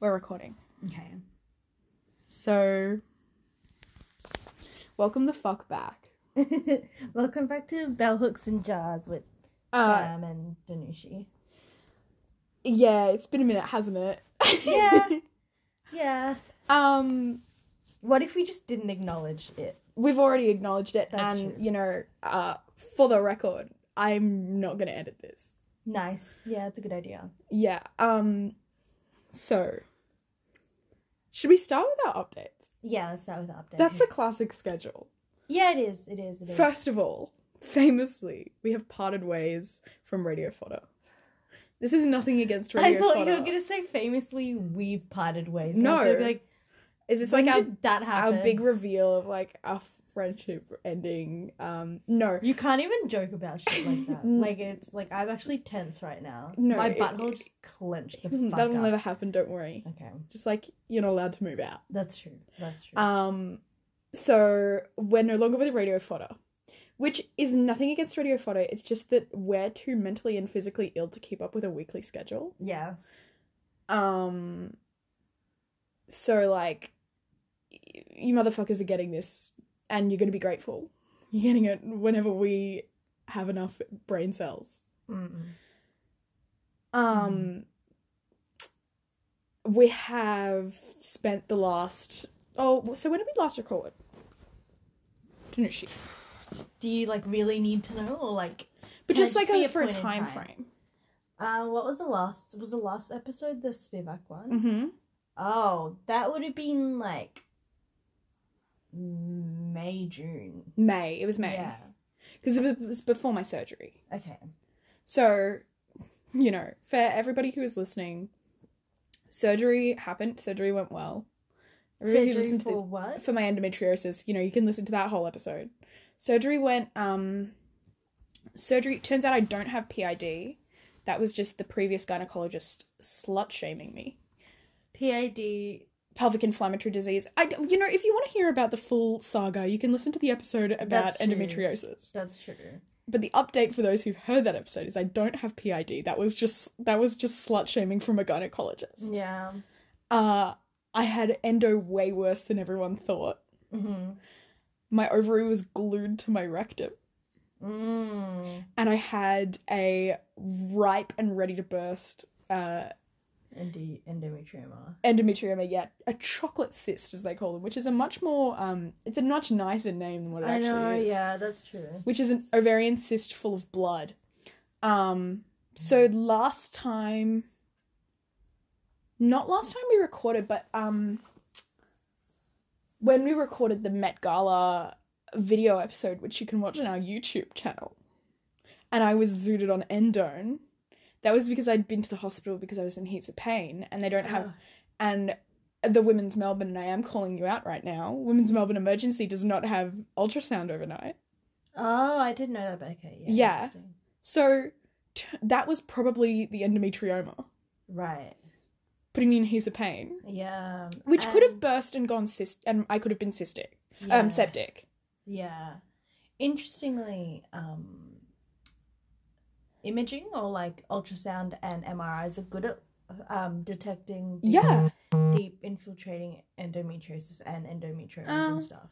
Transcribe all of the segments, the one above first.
We're recording. Okay. So, welcome the fuck back. Welcome back to Bell Hooks and Jars with Uh, Sam and Danushi. yeah, it's been a minute, hasn't it? Yeah. Yeah. um, What if we just didn't acknowledge it? we've already acknowledged it, That's and true. you know, uh, for the record, I'm not gonna edit this. Nice. Yeah, it's a good idea. Yeah. Um. So, should we start with our updates? Yeah, let's start with the update. That's the classic schedule. Yeah, it is. It is. It is. First of all, famously, we have parted ways from Radio Fodder. This is nothing against I Radio thought Fodder. you were gonna say famously we've parted ways. No. I was gonna be like Is this when like our did that our happen? big reveal of like our friendship ending? Um, no, You can't even joke about shit like that. Mm. like it's like I'm actually tense right now. No, my it- butthole just clenched the fuck that'll up. never happen. Don't worry. Okay, Just like you're not allowed to move out. that's true. That's true. Um, so we're no longer with Radio Fodder, which is nothing against Radio Fodder. It's just that we're too mentally and physically ill to keep up with a weekly schedule. yeah. Um, so like, y- you motherfuckers are getting this, and you're gonna be grateful. You're getting it whenever we have enough brain cells. Mm-mm. Um, we have spent the last. Oh, so when did we last record? Didn't she? Do you like really need to know, or like, But Can it just like just be a, a for a point in time, time? frame. uh, what was the last? Was the last episode the Spivak one? Mm-hmm. Oh, that would have been like May June. May. It was May Yeah. because it was before my surgery. Okay. So, you know, for everybody who is listening, surgery happened. Surgery went well. Everybody who Surgery listened to for the- what? for my endometriosis, you know, you can listen to that whole episode. Surgery went um surgery turns out I don't have PID. That was just the previous gynecologist slut shaming me. PID. Pelvic inflammatory disease. I d- you know, if you want to hear about the full saga, you can listen to the episode about That's true. endometriosis. That's true. But the update for those who've heard that episode is I don't have PID. That was just that was just slut shaming from a gynecologist. Yeah. Uh I had endo way worse than everyone thought. Mm-hmm. My ovary was glued to my rectum. Mm. and I had a ripe and ready to burst uh, Endo- endometrioma. endometrioma, yet a chocolate cyst, as they call them, which is a much more um, it's a much nicer name than what it I actually know. is, Yeah, that's true. which is an ovarian cyst full of blood. Um, so last time, not last time we recorded, but um, when we recorded the Met Gala video episode, which you can watch on our YouTube channel, and I was zooted on endone. That was because I'd been to the hospital because I was in heaps of pain, and they don't have. Ugh. And the Women's Melbourne, and I am calling you out right now. Women's Melbourne Emergency does not have ultrasound overnight, Oh, I did know that, but okay. Yeah. Yeah. interesting. so t- that was probably the endometrioma Right. putting me in heaps of pain, Yeah. which could have And- burst and gone cyst, and I could have been cystic, Yeah. um, septic. Yeah. Interestingly, um, imaging or like ultrasound and MRIs are good at um, detecting deep, Yeah. deep infiltrating endometriosis and endometriosis Uh, and stuff.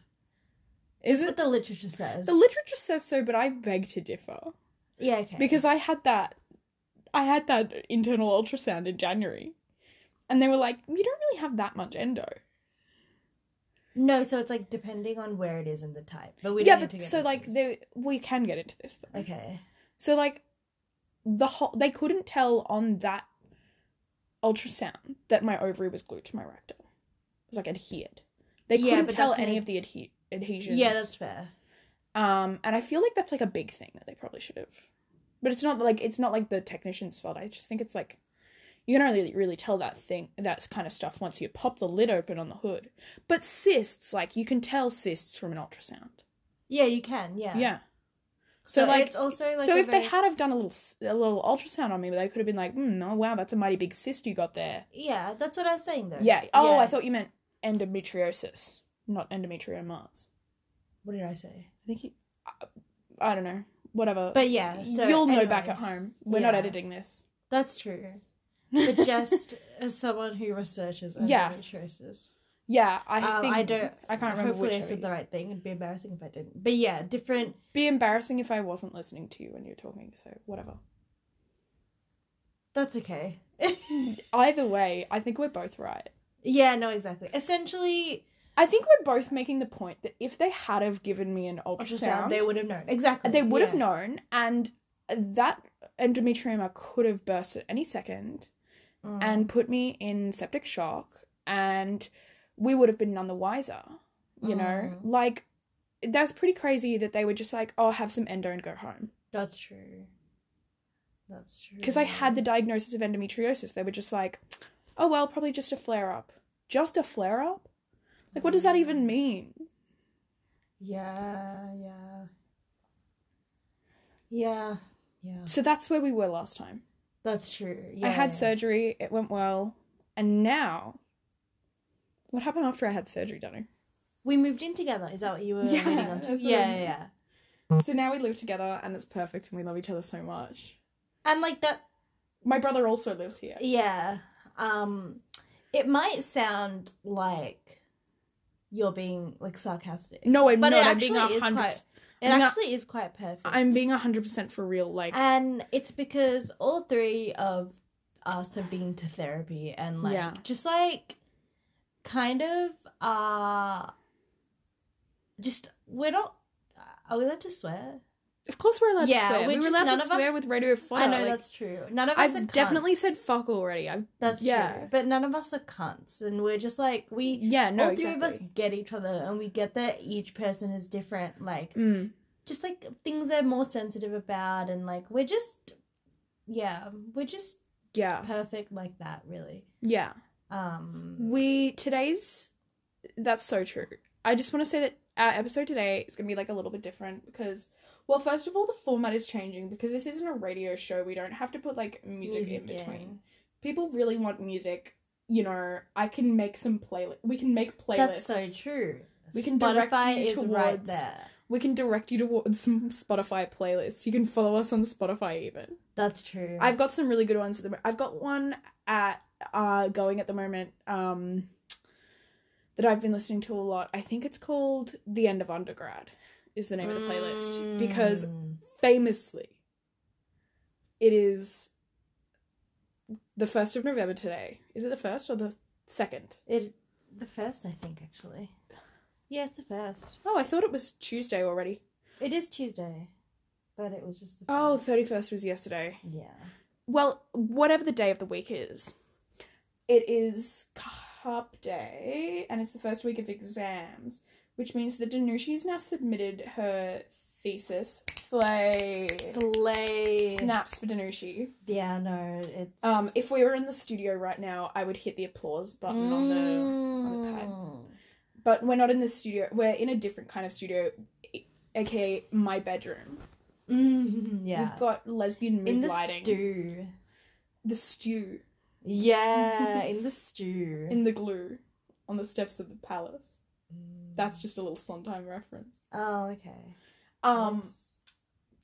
Is What it? the literature says. The literature says so, but I beg to differ. yeah, okay. because I had that I had that internal ultrasound in January. And they were like, "You don't really have that much endo." no, so it's like depending on where it is and the type. But we yeah, don't need but to get so into like this. they we can get into this though. okay, So like the whole they couldn't tell on that ultrasound that my ovary was glued to my rectum. It was like adhered. They Yeah, couldn't but tell that's an any ad- of the adhe- adhesions. yeah, that's fair. um and I feel like that's like a big thing that they probably should have. But it's not like it's not like the technician's fault. I just think it's like you can only really tell that thing that kind of stuff once you pop the lid open on the hood. But cysts, like you can tell cysts from an ultrasound. Yeah, you can. Yeah, Yeah. So, So, like- it's also like so a if they very- had have done a little s- a little ultrasound on me, they could have been like, mm, "Oh wow, that's a mighty big cyst you got there." yeah, that's what I was saying though. Yeah. Oh, I Yeah. thought you meant endometriosis, not endometriomas. What did I say? I think you. I, I don't know. Whatever. But yeah, so you'll know back at anyways, home. We're not yeah. editing this. That's true. but just as someone who researches Yeah. endometriosis. Yeah, I Um, think I don't. I can't remember Hopefully, which I of said these. the right thing. It'd be embarrassing if I didn't. But yeah, different. Be embarrassing if I wasn't listening to you when you're talking, so whatever. That's okay. Either way, I think we're both right. yeah, no, exactly. Essentially, I think we're both making the point that if they had have given me an ultrasound, ultrasound. They would have known exactly. they would have yeah. known, and that endometrioma could have burst at any second Mm. and put me in septic shock, and we would have been none the wiser. You know, Mm. like that's pretty crazy that they were just like, "Oh, have some endo and go home." That's true. That's true. because I had the diagnosis of endometriosis. They were just like, oh, well, probably just a flare up. Just a flare up? Like, what does Mm. that even mean? Yeah, yeah. Yeah, yeah. So that's where we were last time. That's true. Yeah, I had yeah. surgery, it went well. And now, what happened after I had surgery, Danny? We moved in together. Is that what you were Yeah, leading on to? that's what Yeah, I yeah, mean. yeah. So now we live together and it's perfect and we love each other so much. And like that My brother also lives here. Yeah. Um it might sound like you're being like sarcastic. No, I'm but not. it I'm being actually is 100 quite it I'm not- actually is quite perfect. I'm being 100% for real. Like, and it's because all three of us have been to therapy and like Yeah. just like kind of uh just we're not are we allowed to swear? of course we're allowed Yeah, to swear. we're We were just- allowed to none of us- swear with Radio I know like, that's true. None of us are I've definitely cunts. said fuck already. I've, That's yeah. true. But none of us are cunts, and we're just like we. Yeah, no, all three exactly. of us get each other, and we get that each person is different. Like Mm. just like things they're more sensitive about, and like we're just, yeah, we're just Yeah. perfect like that, really. Yeah. Um, We today's that's so true. I just want to say that our episode today is going to be like a little bit different because well, first of all, the format is changing because this isn't a radio show. We don't have to put like music, in yeah. between. People really want music. You know, I can make some playlist. We can make playlists. That's so true. We can direct Spotify you is right towards- there. We can direct you towards some Spotify playlists. You can follow us on Spotify even. That's true. I've got some really good ones at the moment. I've got one at uh going at the moment um that I've been listening to a lot. I think it's called The End of Undergrad is the name of the playlist because Mm. famously it is the 1st of November today. Is it the 1st or the 2nd? it the first, I think, actually. Yeah, it's the first. Oh, I thought it was Tuesday already. It is Tuesday, but it was just the Oh, first. 31st was yesterday. yeah. well, whatever the day of the week is, it is Cup Day, and it's the first week of exams, which means that Danushi has now submitted her thesis. Slay. Slay. Snaps for Danushi. Yeah, no, it's Mm. Um, if we were in the studio right now, I would hit the applause button on Mm. the. on the pad. But we're not in the studio. We're in a different kind of studio, aka my bedroom. Mm, yeah, We've got lesbian mood in the lighting. stew. the stew Yeah, in the stew. in the glue on the steps of the palace. That's just a little Sondheim reference. Mm. oh okay. Um, Yes.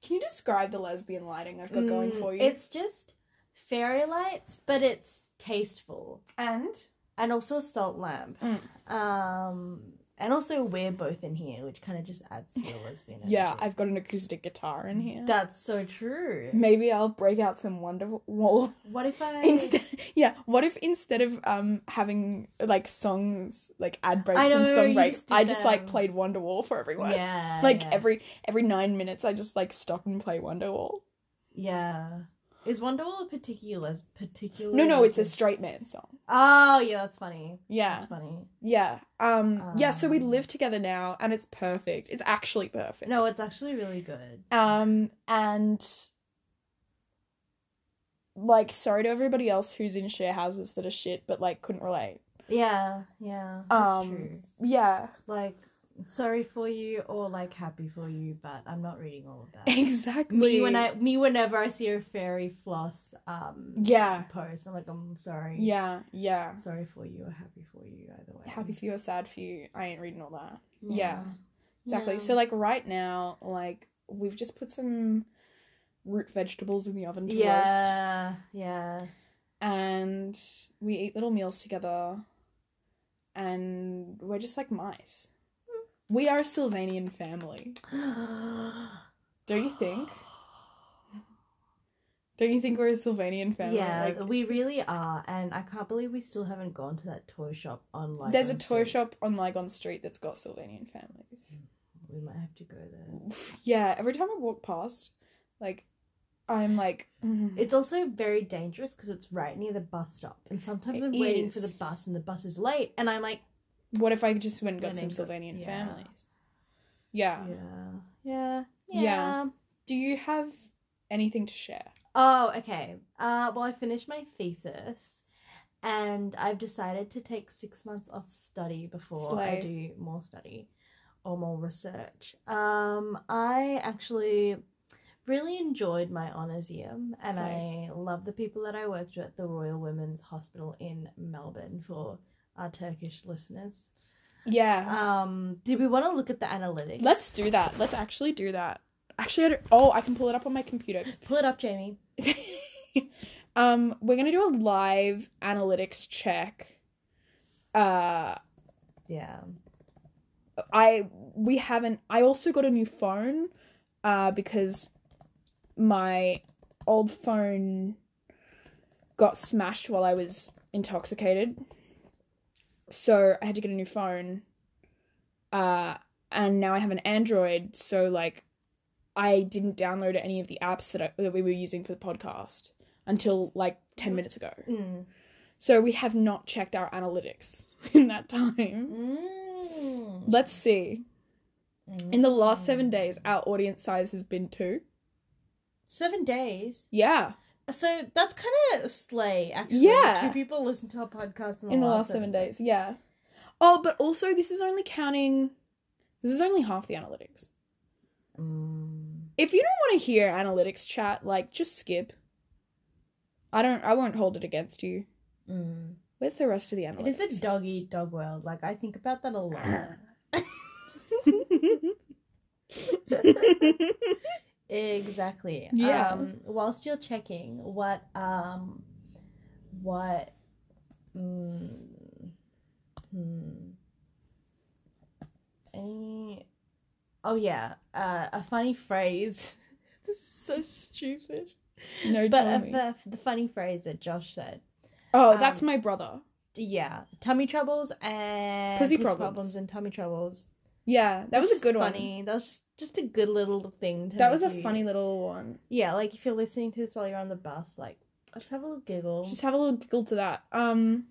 can you describe the lesbian lighting I've got going Mm, for you? It's just fairy lights, but it's tasteful and and also a salt lamp. Mm. Um, and also we're both in here, which kind of just adds to the lesbian. yeah, energy. I've got an acoustic guitar in here. that's so true. Maybe I'll break out some wonderful. Well, What if I instead, yeah. What if instead of um having like songs like ad breaks I and know, song you breaks, just did I just like them. played Wonderwall for everyone. Yeah. Like yeah. every every nine minutes, I just like stop and play Wonderwall. Yeah. Is Wonderwall a particular particular? No, no, it's a straight man song. Oh yeah, that's funny. Yeah, That's funny. yeah, um, yeah. So we Um. live together now, and it's perfect. It's actually perfect. No, it's actually really good. Um, and like, sorry to everybody else who's in share houses that are shit, but like, couldn't relate. Yeah, yeah, that's Um, true. Yeah, Like, sorry for you or like happy for you, but I'm not reading all of that. exactly. me when I me whenever I see a fairy floss um yeah, post, I'm like I'm sorry. yeah, yeah. I'm sorry for you or happy for you either way. Happy for you or sad for you. I ain't reading all that. yeah. Exactly. So like right now, like we've just put some root vegetables in the oven to roast. yeah, yeah. and we eat little meals together, and we're just like mice. We are a Sylvanian family. Don't you think? Don't you think we're a Sylvanian family? yeah, Like, we really are, and I can't believe we still haven't gone to that toy shop online. there's a toy shop on Lygon Street that's got Sylvanian families. We might have to go there. Yeah, every time I walk past, like, I'm like, mm. It's also very dangerous because it's right near the bus stop, and sometimes It I'm waiting for the is. bus, and the bus is late, and I'm like, what if I just went and got Went some and got- Sylvanian yeah. families? Yeah. yeah, yeah, Yeah. yeah. Do you have anything to share? Oh, okay. Uh, well, I finished my thesis, and I've decided to take six months off study before Slay. I do more study or more research. Um, I actually really enjoyed my honors year, and Slay. I love the people that I worked with at the Royal Women's Hospital in Melbourne for our Turkish listeners. Yeah. Um, did we want to look at the analytics? Let's do that. Let's actually do that. Actually, I don't, oh, I can pull it up on my computer. pull it up, Jamie. um, we're gonna do a live analytics check. Uh, Yeah. I we haven't. I also got a new phone, uh, because my old phone got smashed while I was intoxicated. So I had to get a new phone. Uh, and now I have an Android. So like, I didn't download any of the apps that I, that we were using for the podcast until like ten minutes ago. Mm. So we have not checked our analytics in that time. Mm. Let's see. In the last seven days, our audience size has been two. Seven days. Yeah, So that's kind of slay, actually. Yeah. Two people listen to our podcast in the, in the last, last seven days. Yeah. Oh, but also this is only counting. This is only half the analytics. Mm. If you don't want to hear analytics chat, like just skip. I don't. I won't hold it against you. Mm. Where's the rest of the It analytics? is a dog eat dog world. Like, I think about that a lot. exactly. Yeah. Um, whilst you're checking what, um, what, mm, hmm. Any, oh yeah, uh, a funny phrase. this is so stupid. no, But tell uh, me. the, the funny phrase that Josh said, oh, that's um, my brother. yeah, tummy troubles and Pussy problems. and tummy troubles. Yeah, that It's was a just good one. funny. That was just, just a good little thing. To That was a make you- funny little one. Yeah, like if you're listening to this while you're on the bus, like just have a little giggle. Just have a little giggle to that. Um.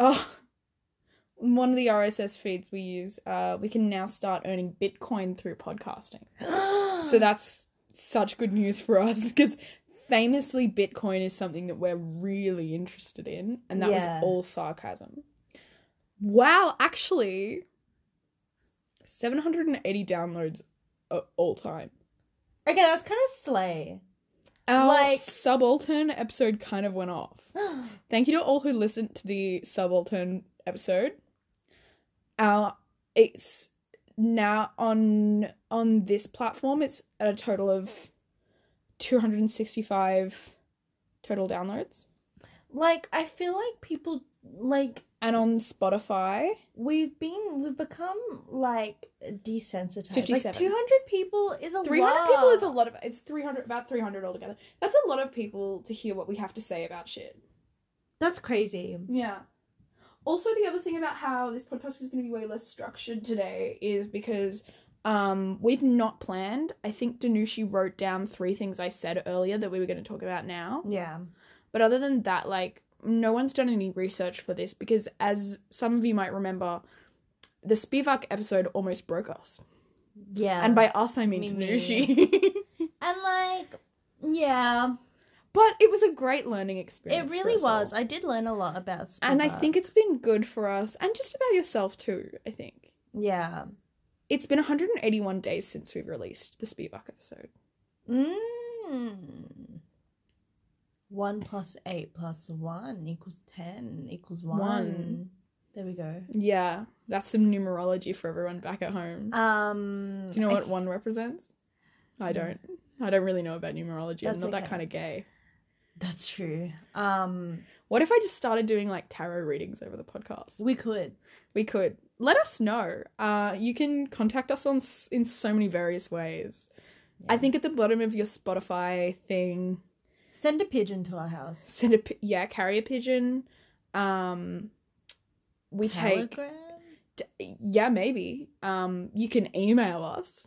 Oh, one of the RSS feeds we use. Uh, we can now start earning Bitcoin through podcasting. So so that's such good news for us because famously, Bitcoin is something that we're really interested in, and that Yeah. was all sarcasm. Wow, actually, seven hundred and eighty downloads uh, all time. okay, that's kind of slay. Our Like- subaltern episode kind of went off. Thank you to all who listened to the subaltern episode. Our it's now on on this platform. It's at a total of two hundred and sixty five total downloads, like I feel like people like and on Spotify. we've been we've become like desensitized. Like 57. two hundred people is a Three hundred people is a lot. lot of. It's three hundred about three hundred altogether. That's a lot of people to hear what we have to say about shit. that's crazy. Yeah. Also, the other thing about how this podcast is going to be way less structured today is because um, we've not planned. I think Danushi wrote down three things I said earlier that we were going to talk about now. Yeah. But other than that, like, no one's done any research for this because, as some of you might remember, the Spivak episode almost broke us. Yeah. and by us, I mean me Danushi. and like yeah, but it was a great learning experience. it for really us all. was. I did learn a lot about And I Spivak. think it's been good for us and just about yourself too, I think. yeah. It's been 181 days since we've released the Speedbuck episode. Mm. 1 plus 8 plus 1 equals 10 equals 1. One. There we go. Yeah, that's some numerology for everyone back at home. Um, Do you know what okay, one represents? I don't. I don't really know about numerology. I'm That's not that okay. kind of gay. That's true. Um, What if I just started doing like tarot readings over the podcast? we could. We could. Let us know. Uh, you can contact us on s- in so many various ways. I think at the bottom of your Spotify thing, Send a pigeon to our house. send a pi- yeah, carry a pigeon. Um, we take Telegram? d- yeah, maybe. Um, you can email us.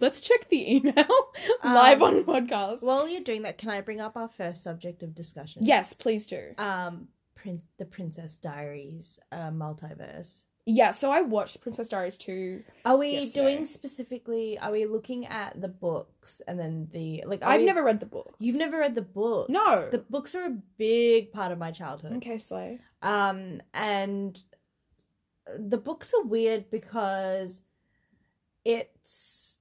Let's check the email live Um, on podcast. While you're doing that, can I bring up our first subject of discussion? yes, please do. Um, Prince, the Princess Diaries, uh, multiverse. Yeah, so I watched Princess Diaries 2. Are we Yes, doing sorry. specifically? Are we looking at the books and then the like? are I've we- never read the book. You've never read the books. No. the books are a big part of my childhood. Okay, Slay. Um, and the books are weird because it's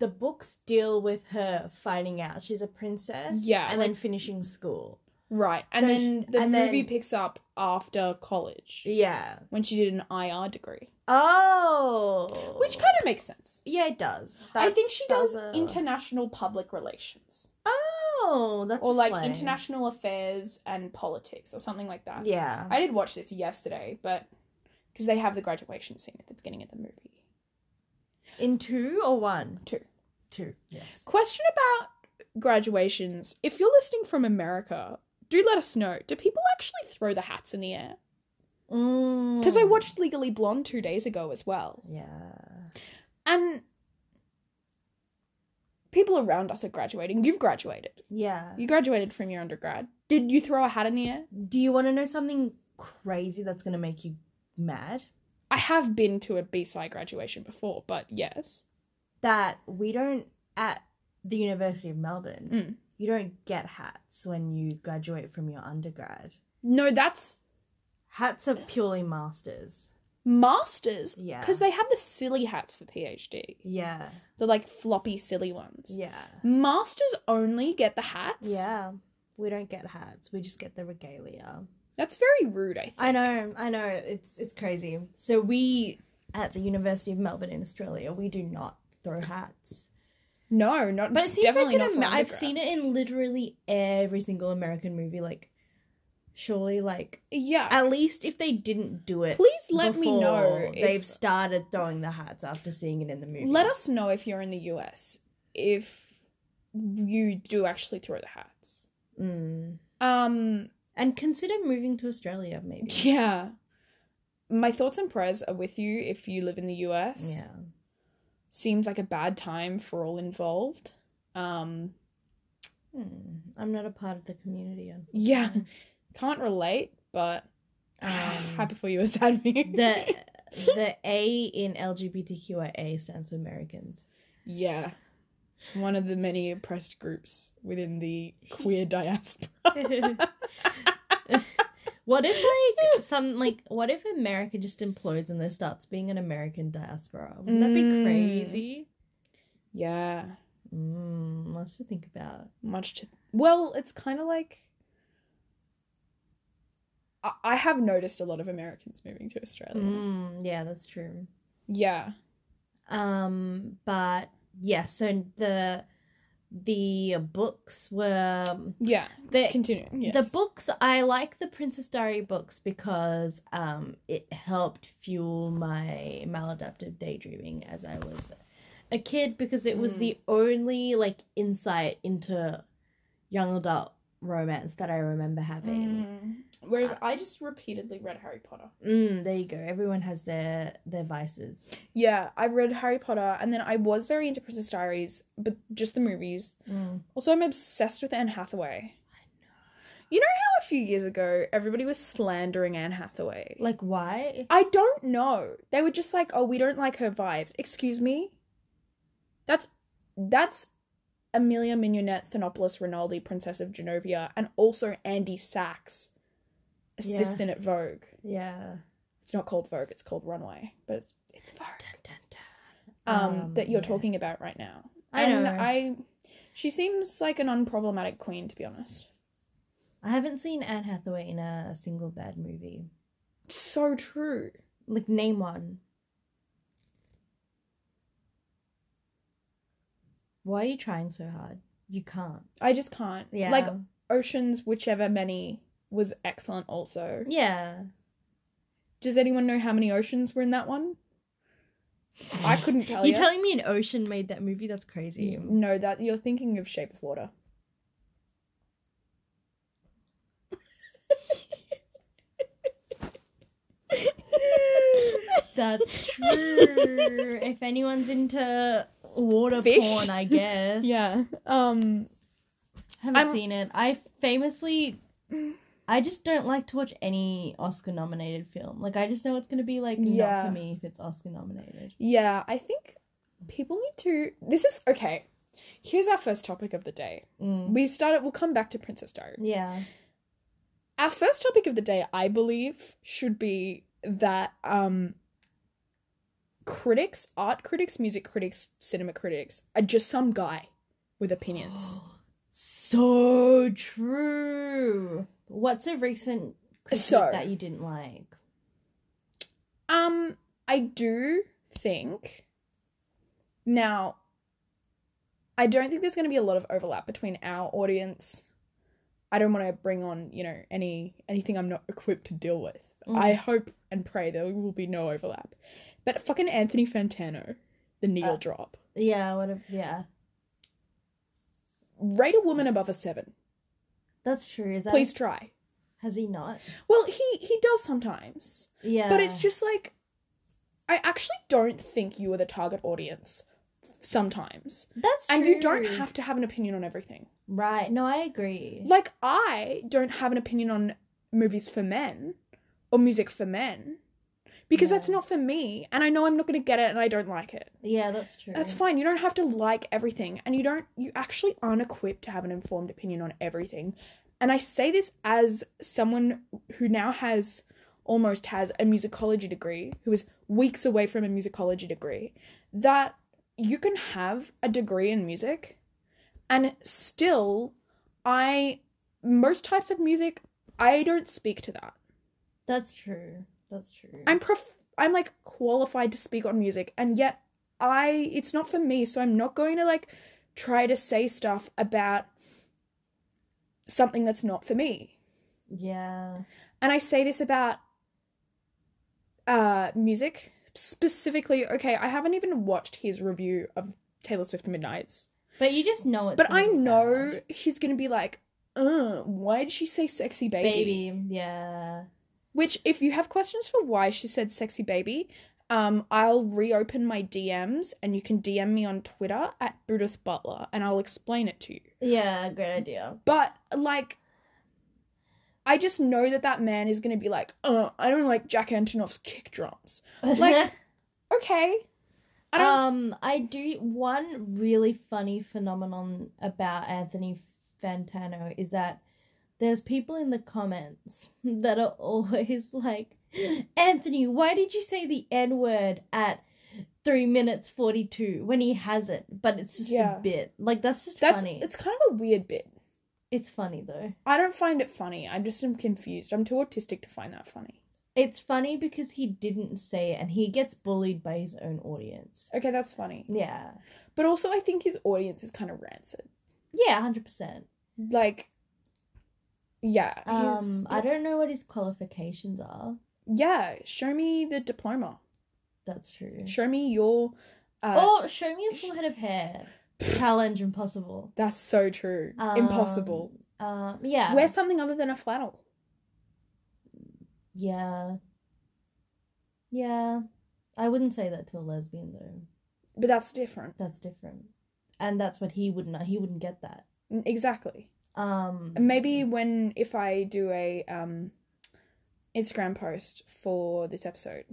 the books deal with her finding out she's a princess, Yeah, and then like- finishing school, Right. And So then sh- the and movie then- picks up after college yeah. when she did an IR degree, Oh, which kind of makes sense. yeah, it does. I think That's- she does a- international public relations Oh, that's or a like slang. international affairs and politics or something like that. Yeah, I did watch this yesterday, but because they have the graduation scene at the beginning of the movie. in two or one, Two. two. Yes. Question about graduations. If you're listening from America, do let us know. Do people actually throw the hats in the air? Because Because I watched Legally Blonde two days ago as well. Yeah. And people around us are graduating. You've graduated. Yeah. You graduated from your undergrad. Did you throw a hat in the air? Do you want to know something crazy that's gonna make you mad? I have been to a BSI graduation before, but yes. That we don't at the University of Melbourne. Mm. You don't get hats when you graduate from your undergrad. No, that's Hats are purely masters. masters Yeah. because they have the silly hats for PhD. Yeah. The like floppy silly ones. Yeah. Masters only get the hats. Yeah. We don't get hats. We just get the regalia. That's very rude, I think. I know, I know. It's it's crazy. So we at the University of Melbourne in Australia, we do not throw hats. No, not But it seems definitely like not an, for Amer- I've undergrad. seen it in literally every single American movie. Like, surely, like Yeah. at least if they didn't do it, Please let me know before if they've started throwing the hats after seeing it in the movie. Let us know if you're in the US if you do actually throw the hats. Mm. Um and consider moving to Australia, maybe. yeah. My thoughts and prayers are with you if you live in the US. Yeah, Seems like a bad time for all involved. Um Hmm. I'm not a part of the community. unfortunately. yeah, can't relate, but Um, Ah, happy for you as admin. the the A in LGBTQIA stands for Americans. yeah. One of the many oppressed groups within the queer diaspora. what if like some like what if America just implodes and there starts being an American diaspora? Wouldn't that be Mm. crazy? Yeah. Mm, lots to think about. much to well it's kind of like I-, I have noticed a lot of americans moving to australia Mm, yeah, that's true. yeah Um, but yeah, so the the books were yeah the continuing yes. The books, I like the Princess Diary books because um, it helped fuel my maladaptive daydreaming as I was a kid because it was Mm. the only like insight into young adult romance that I remember having. Mm. whereas i just repeatedly read harry potter Mm. there you go. Everyone has their their vices. yeah i read harry potter and then i was very into princess diaries but just the movies also i'm obsessed with anne hathaway you know how a few years ago everybody was slandering Anne Hathaway? Like why? I don't know. They were just like, "Oh, we don't like her vibes." Excuse me. That's that's Amelia Mignonette, Thanopoulos Rinaldi, Princess of Genovia, and also Andy Sachs, Yeah. assistant at Vogue. Yeah. It's not called Vogue; it's called Runway, but it's it's Vogue. Dun, dun, dun. Um, Um, that you're yeah. talking about right now. I and know. I, I, she seems like an unproblematic queen, to be honest. I haven't seen Anne Hathaway in a single bad movie. So true. Like name one. Why are you trying so hard? You can't. I just can't. Yeah. Like Oceans, whichever many was excellent also. yeah. Does anyone know how many oceans were in that one? I couldn't tell you. You're telling me an ocean made that movie? That's crazy. no, that you're thinking of Shape of Water. That's true. if anyone's into water Fish. porn, I guess. Yeah. Um Haven't I'm- seen it. I famously I just don't like to watch any Oscar nominated film. Like I just know it's gonna be like not Yeah. for me if it's Oscar nominated. yeah, I think people need to This is okay. Here's our first topic of the day. Mm. We started we'll come back to Princess Diaries. Yeah. Our first topic of the day, I believe, should be that um critics, art critics, music critics, cinema critics are just some guy with opinions. so true. What's a recent critique So- that you didn't like? Um, I do think now. I don't think there's going to be a lot of overlap between our audience. I don't want to bring on, you know, any anything I'm not equipped to deal with. Mm. I hope and pray there will be no overlap. But fucking Anthony Fantano, the needle Uh. drop. Yeah, what a yeah. Rate a woman above a seven. That's true. Is that Please try. has he not? Well, he he does sometimes. Yeah. But it's just like, I actually don't think you are the target audience sometimes. that's And you don't true. have to have an opinion on everything. Right. No, I agree. Like, I don't have an opinion on movies for men or music for men because Yeah. that's not for me. And I know I'm not going to get it and I don't like it. yeah, that's true. That's fine. You don't have to like everything. And you don't, you actually aren't equipped to have an informed opinion on everything. And I say this as someone who now has almost has a musicology degree, who is weeks away from a musicology degree, that you can have a degree in music and still, I, most types of music, I don't speak to that. That's true. That's true. I'm prof- I'm like qualified to speak on music, and yet I it's not for me, so I'm not going to like try to say stuff about something that's not for me. yeah. And I say this about uh music specifically. Okay, I haven't even watched his review of Taylor Swift Midnight's, But you just know it's but I gonna be know bad. he's gonna be like, "Uh, why did she say sexy baby. Yeah. Which, if you have questions for why she said sexy baby, um, I'll reopen my DMs and you can DM me on Twitter at Judith Butler and I'll explain it to you. Yeah, great idea. But, like, I just know that that man is going to be like, uh, I don't like Jack Antonoff's kick drums. Like, Okay. I don't. um I do one really funny phenomenon about Anthony Fantano is that there's people in the comments that are always like, Anthony, why did you say the N word at three minutes forty two when he hasn't? But it's just Yeah. a bit. Like that's just that's funny. it's kind of a weird bit. It's funny though. I don't find it funny. I'm just am confused. I'm too autistic to find that funny. It's funny because he didn't say it and he gets bullied by his own audience. Okay, that's funny. Yeah. But also, I think his audience is kind of rancid. Yeah, 100%. Like, yeah. he's- Um, I don't know what his qualifications are. yeah, show me the diploma. That's true. Show me your. Uh, Or show me a full head of hair. Challenge impossible. That's so true. Um, Impossible. Um, yeah. Wear something other than a flannel. Yeah. Yeah. I wouldn't say that to a lesbian though. But that's different. That's different. And that's what he wouldn't he wouldn't get that. N- Exactly. Um Maybe when if I do a um, Instagram post for this episode,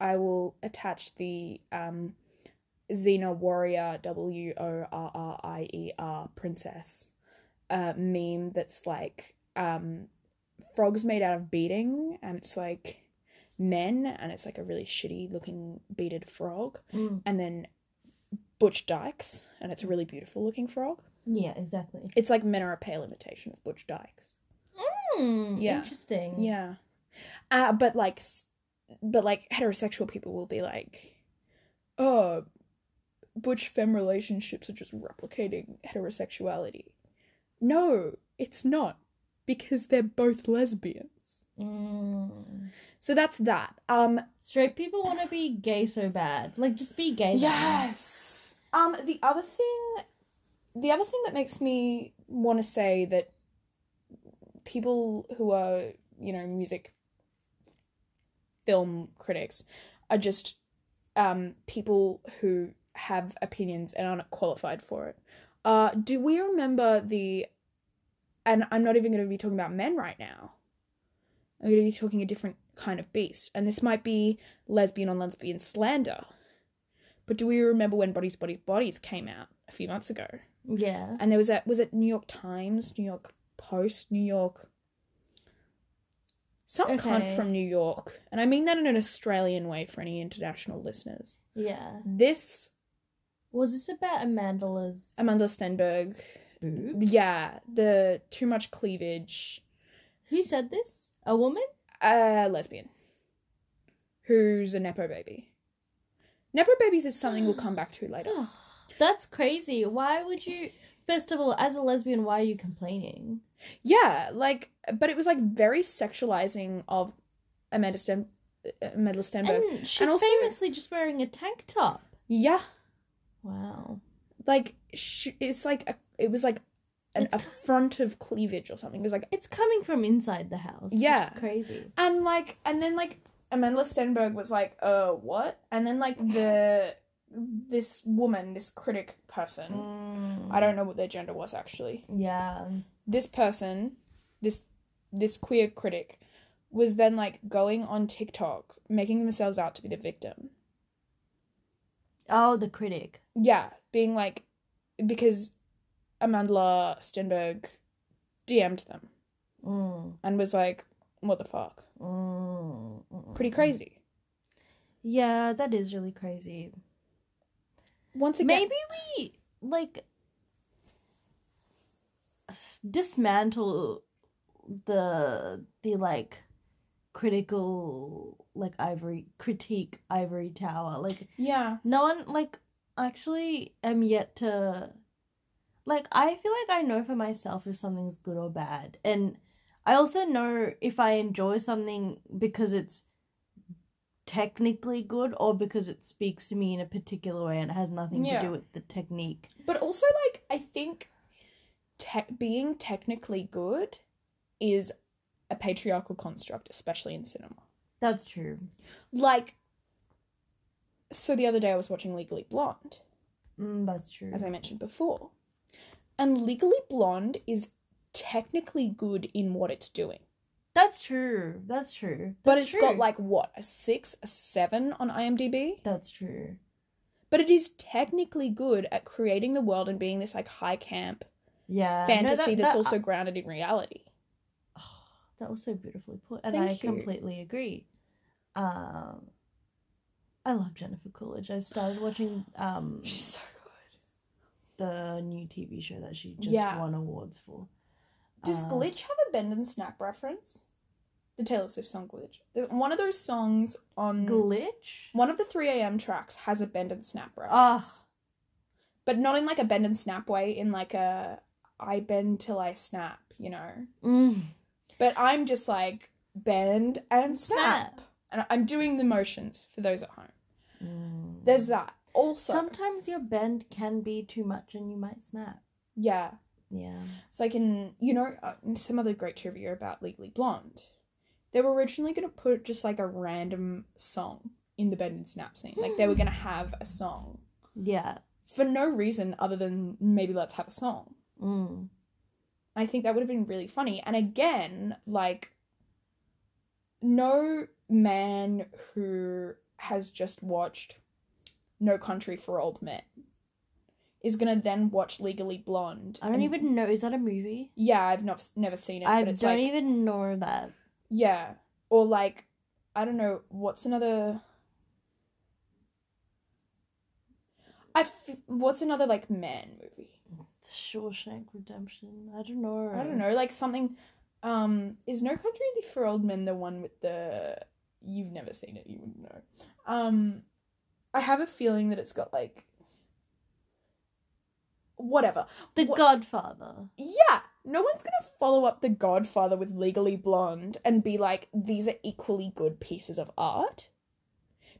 I will attach the um, Xena Warrior W O R R I E R Princess uh, meme that's like um, frogs made out of beading, and it's like men, and it's like a really shitty looking beaded frog, mm, and then Butch Dykes, and it's a really beautiful looking frog. yeah, exactly. It's like men are a pale imitation of Butch Dykes. Hmm, Yeah. interesting. Yeah. Uh, but like, s- but like heterosexual people will be like, oh, butch femme relationships are just replicating heterosexuality. No, it's not because they're both lesbians. Mm. So that's that. Um Straight people want to be gay so bad. Like, just be gay. then. Yes. Um, the other thing, the other thing that makes me want to say that people who are, you know, music, film critics, are just um, people who have opinions and aren't qualified for it. Uh, do we remember the? And I'm not even going to be talking about men right now. I'm going to be talking a different kind of beast, and this might be lesbian on lesbian slander. But do we remember when Bodies, Bodies, Bodies came out a few months ago? Yeah. And there was a was it New York Times, New York Post, New York some Okay. cunt from New York. And I mean that in an Australian way for any international listeners. Yeah. This Was this about Amanda's Amanda Stenberg boobs? yeah, the too much cleavage Who said this? A woman? uh lesbian. Who's a Nepo baby. Nepo babies is something we'll come back to later. That's crazy. Why would you? First of all, as a lesbian, why are you complaining? Yeah, like, but it was like very sexualizing of Amanda Sten- uh, Amanda Stenberg. And she's and also- famously just wearing a tank top. yeah, Wow. like sh it's like a, it was like an It's kind- affront of cleavage or something. It was like It's coming from inside the house. Yeah. Which is crazy. and like and then like Amanda Stenberg was like, uh, what? And then like the this woman, this critic person, I don't know what their gender was actually. Yeah. this person, this this queer critic, was then like going on TikTok, making themselves out to be the victim. Oh, the critic. Yeah, being like, because Amanda Stenberg DM'd them Mm, and was like, "What the fuck? mm, mm, Pretty mm. crazy." Yeah, that is really crazy. Once again, Maybe we like s- dismantle the the like critical like ivory critique ivory tower. Like yeah, no one like actually am yet to like I feel like I know for myself if something's good or bad. And I also know if I enjoy something because it's technically good or because it speaks to me in a particular way and it has nothing Yeah. to do with the technique. but also like I think, te- being technically good, is a patriarchal construct, especially in cinema. That's true. Like, so the other day I was watching Legally Blonde, Mm, that's true. as I mentioned before. And Legally Blonde is technically good in what it's doing. That's true. That's true. But That's it's true. got like what, a six, a seven on IMDb? That's true. But it is technically good at creating the world and being this like high camp Uh, Yeah. No, that- fantasy that's that- also grounded in reality. that was so beautifully put and Thank i you. completely agree um i love jennifer coolidge i started watching um She's so good. the new tv show that she just Yeah. won awards for Does Uh, Glitch have a bend and snap reference? The Taylor Swift song Glitch. There's One of those songs on glitch One of the 3 a.m. tracks has a bend and snap reference. Ah. But not in like a bend and snap way, in like a I bend till I snap, you know? mm. But I'm just like bend and snap. And I'm doing the motions for those at home. Mm. There's that. Also, sometimes your bend can be too much and you might snap yeah. yeah It's like in, you know, uh, some other great trivia about Legally Blonde. They were originally going to put just like a random song in the bend and snap scene. Like they were going to have a song yeah for no reason other than maybe let's have a song. mm. I think that would have been really funny. And again, like, no man who has just watched No Country for Old Men is gonna then watch Legally Blonde. i don't and- even know is that a movie Yeah, I've not never seen it. i but it's don't like, even know that Yeah, or like, I don't know what's another. I f- what's another like man movie? shawshank redemption i don't know I don't know, like something. Um, is No Country for Old Men the one with the? You've never seen it, you wouldn't know. Um, I have a feeling that it's got like whatever. The Wha- Godfather. Yeah, no one's gonna follow up The Godfather with Legally Blonde and be like, these are equally good pieces of art.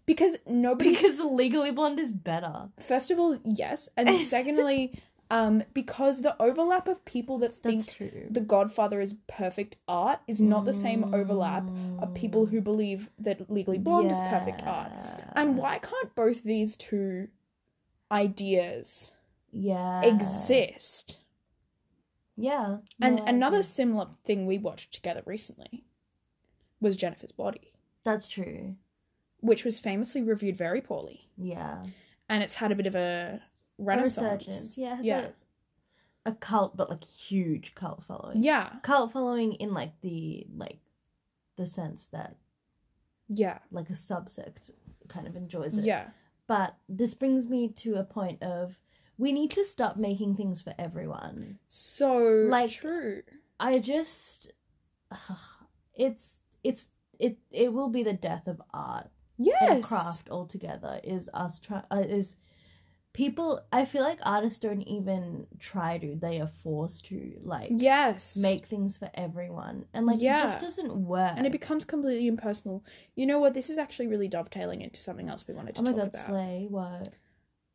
Because nobody. Because Legally Blonde is better. First of all, yes. And secondly, um, because the overlap of people that think That's true. The Godfather is perfect art is not the Mm. same overlap of people who believe that Legally Blonde is perfect art. And why can't both these two ideas yeah exist? Yeah. And No, I another agree. similar thing we watched together recently was Jennifer's Body, That's true. which was famously reviewed very poorly, Yeah. and it's had a bit of a A renaissance. resurgence. Yeah. Has Yeah. A, a cult, but like huge cult following. Yeah, Cult following in like the like the sense that yeah, like a subsect kind of enjoys it. yeah, But this brings me to a point of we need to stop making things for everyone. so Like- true. I just it's it's it it will be the death of art and Yes, craft altogether is us try uh, is people I feel like artists don't even try to they are forced to like yes, make things for everyone and like it Yeah. just doesn't work and it becomes completely impersonal. You know what? This is actually really dovetailing into something else we wanted to oh my talk god about. slay what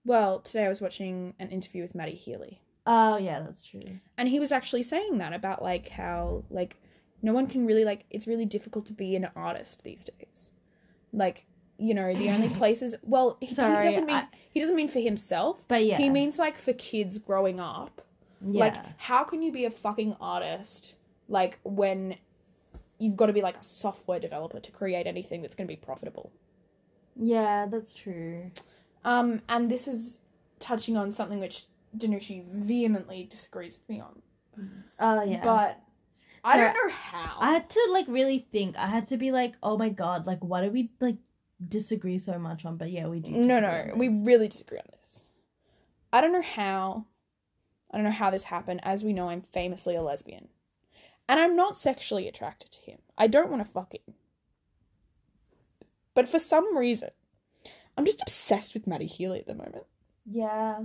Well, today I was watching an interview with Maddie Healy, oh yeah that's true and he was actually saying that about like how like no one can really like it's really difficult to be an artist these days. Like you know the only places. Well, he, he Sorry, doesn't mean I- he doesn't mean for himself. but yeah He means like for kids growing up. yeah Like how can you be a fucking artist like when you've got to be like a software developer to create anything that's going to be profitable? yeah that's true Um, and this is touching on something which Danushi vehemently disagrees with me on. oh yeah But I So, don't know how. I had to like really think. I had to be like, oh my god, like why do we like disagree so much on? But yeah, we do. no, no, disagree on we this. really disagree on this. I don't know how. I don't know how this happened. As we know, I'm famously a lesbian, and I'm not sexually attracted to him. I don't want to fuck him. But for some reason, I'm just obsessed with Maddie Healy at the moment. Yeah,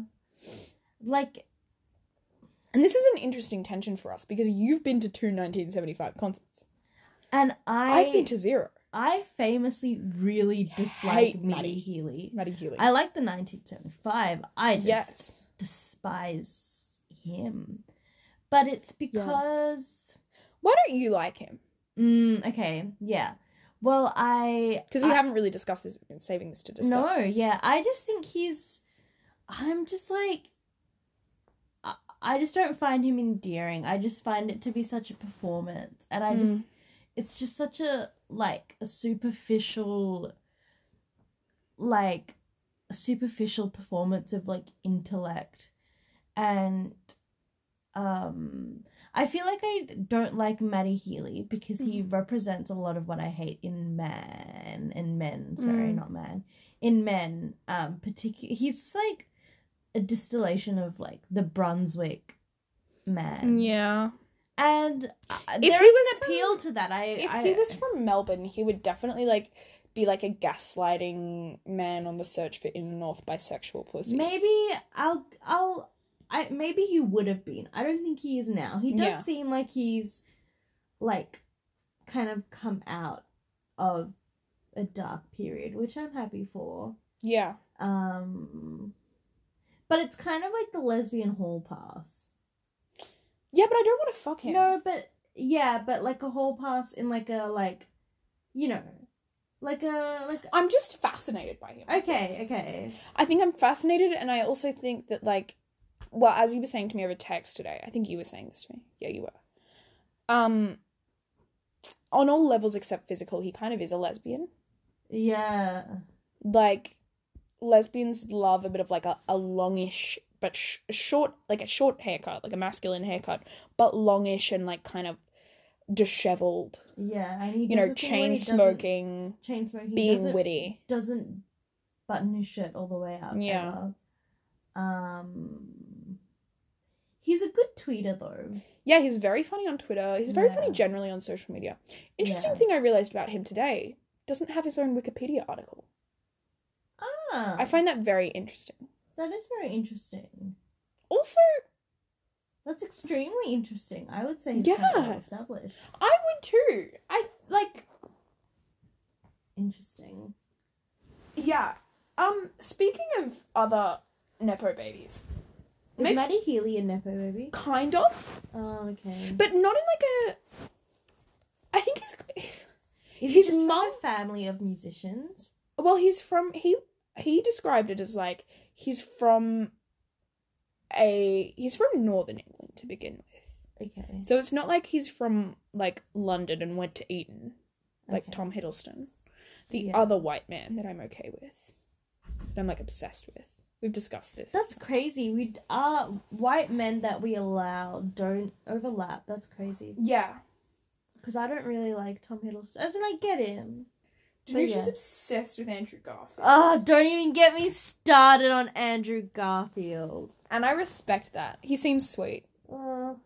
like And this is an interesting tension for us because you've been to two 1975 concerts. and I. I've been to zero. I famously really dislike Hate Maddie Maddie. Healy. Maddie Healy. I like the 1975. I just yes. despise him. But it's because. Why don't you like him? Mm, okay, yeah. Well, I. Because we I- haven't really discussed this. We've been saving this to discuss. No, yeah. I just think he's. I'm just like. I, I just don't find him endearing. I just find it to be such a performance. And I just. It's just such a. Like, a superficial. Like, a superficial performance of, like, intellect. And. Um. I feel like I don't like Matty Healy because he represents a lot of what I hate in man in men. Sorry, Mm. not man in men. Um, particular, he's just like a distillation of like the Brunswick man. Mm, Yeah. and uh, he there is was an from- appeal to that. I If I, he was from Melbourne, he would definitely like be like a gaslighting man on the search for inner north bisexual pussy. maybe I'll I'll I maybe he would have been. I don't think he is now. He does Yeah. seem like he's like kind of come out of a dark period, which I'm happy for. Yeah. Um but it's kind of like the lesbian hall pass. Yeah, but I don't want to fuck him. No, but yeah, but like a hall pass in like a like you know, like a like I'm just fascinated by him. okay, okay. I think I'm fascinated, and I also think that like, well, as you were saying to me over text today, I think you were saying this to me. Yeah, you were. Um. On all levels except physical, he kind of is a lesbian. Yeah. like lesbians love a bit of like a, a longish but sh- short like a short haircut like a masculine haircut but longish and like kind of disheveled Yeah, and he you does know the thing where chain he doesn't- smoking chain smoking being doesn't, witty doesn't button his shirt all the way up. Yeah. ever. Um He's a good tweeter though. yeah he's very funny on twitter he's very funny Yeah. generally on social media interesting Yeah. thing i realized about him today doesn't have his own wikipedia article Ah. i find that very interesting that is very interesting. Also, That's extremely interesting. I would say it's kind Yeah. of established. I would too. I like Interesting. yeah. Um speaking of other nepo babies, Is Maybe- Maddie Healy a nepo baby? kind of, Oh, okay. but not in like a I think he's, he's Is his his he mum mum- a family of musicians? well, he's from he he described it as like he's from a he's from northern England to begin with. Okay. So it's not like he's from like London and went to Eton, like Okay. Tom Hiddleston, the Yeah. other white man that I'm okay with, that I'm like obsessed with. We've discussed this. That's crazy. We d- our white men that we allow don't overlap. That's crazy. yeah, Because I don't really like Tom Hiddleston. As in, I get him. Tanusha's yeah. obsessed with Andrew Garfield, Oh, don't even get me started on Andrew Garfield. and I respect that. He seems sweet. Oh.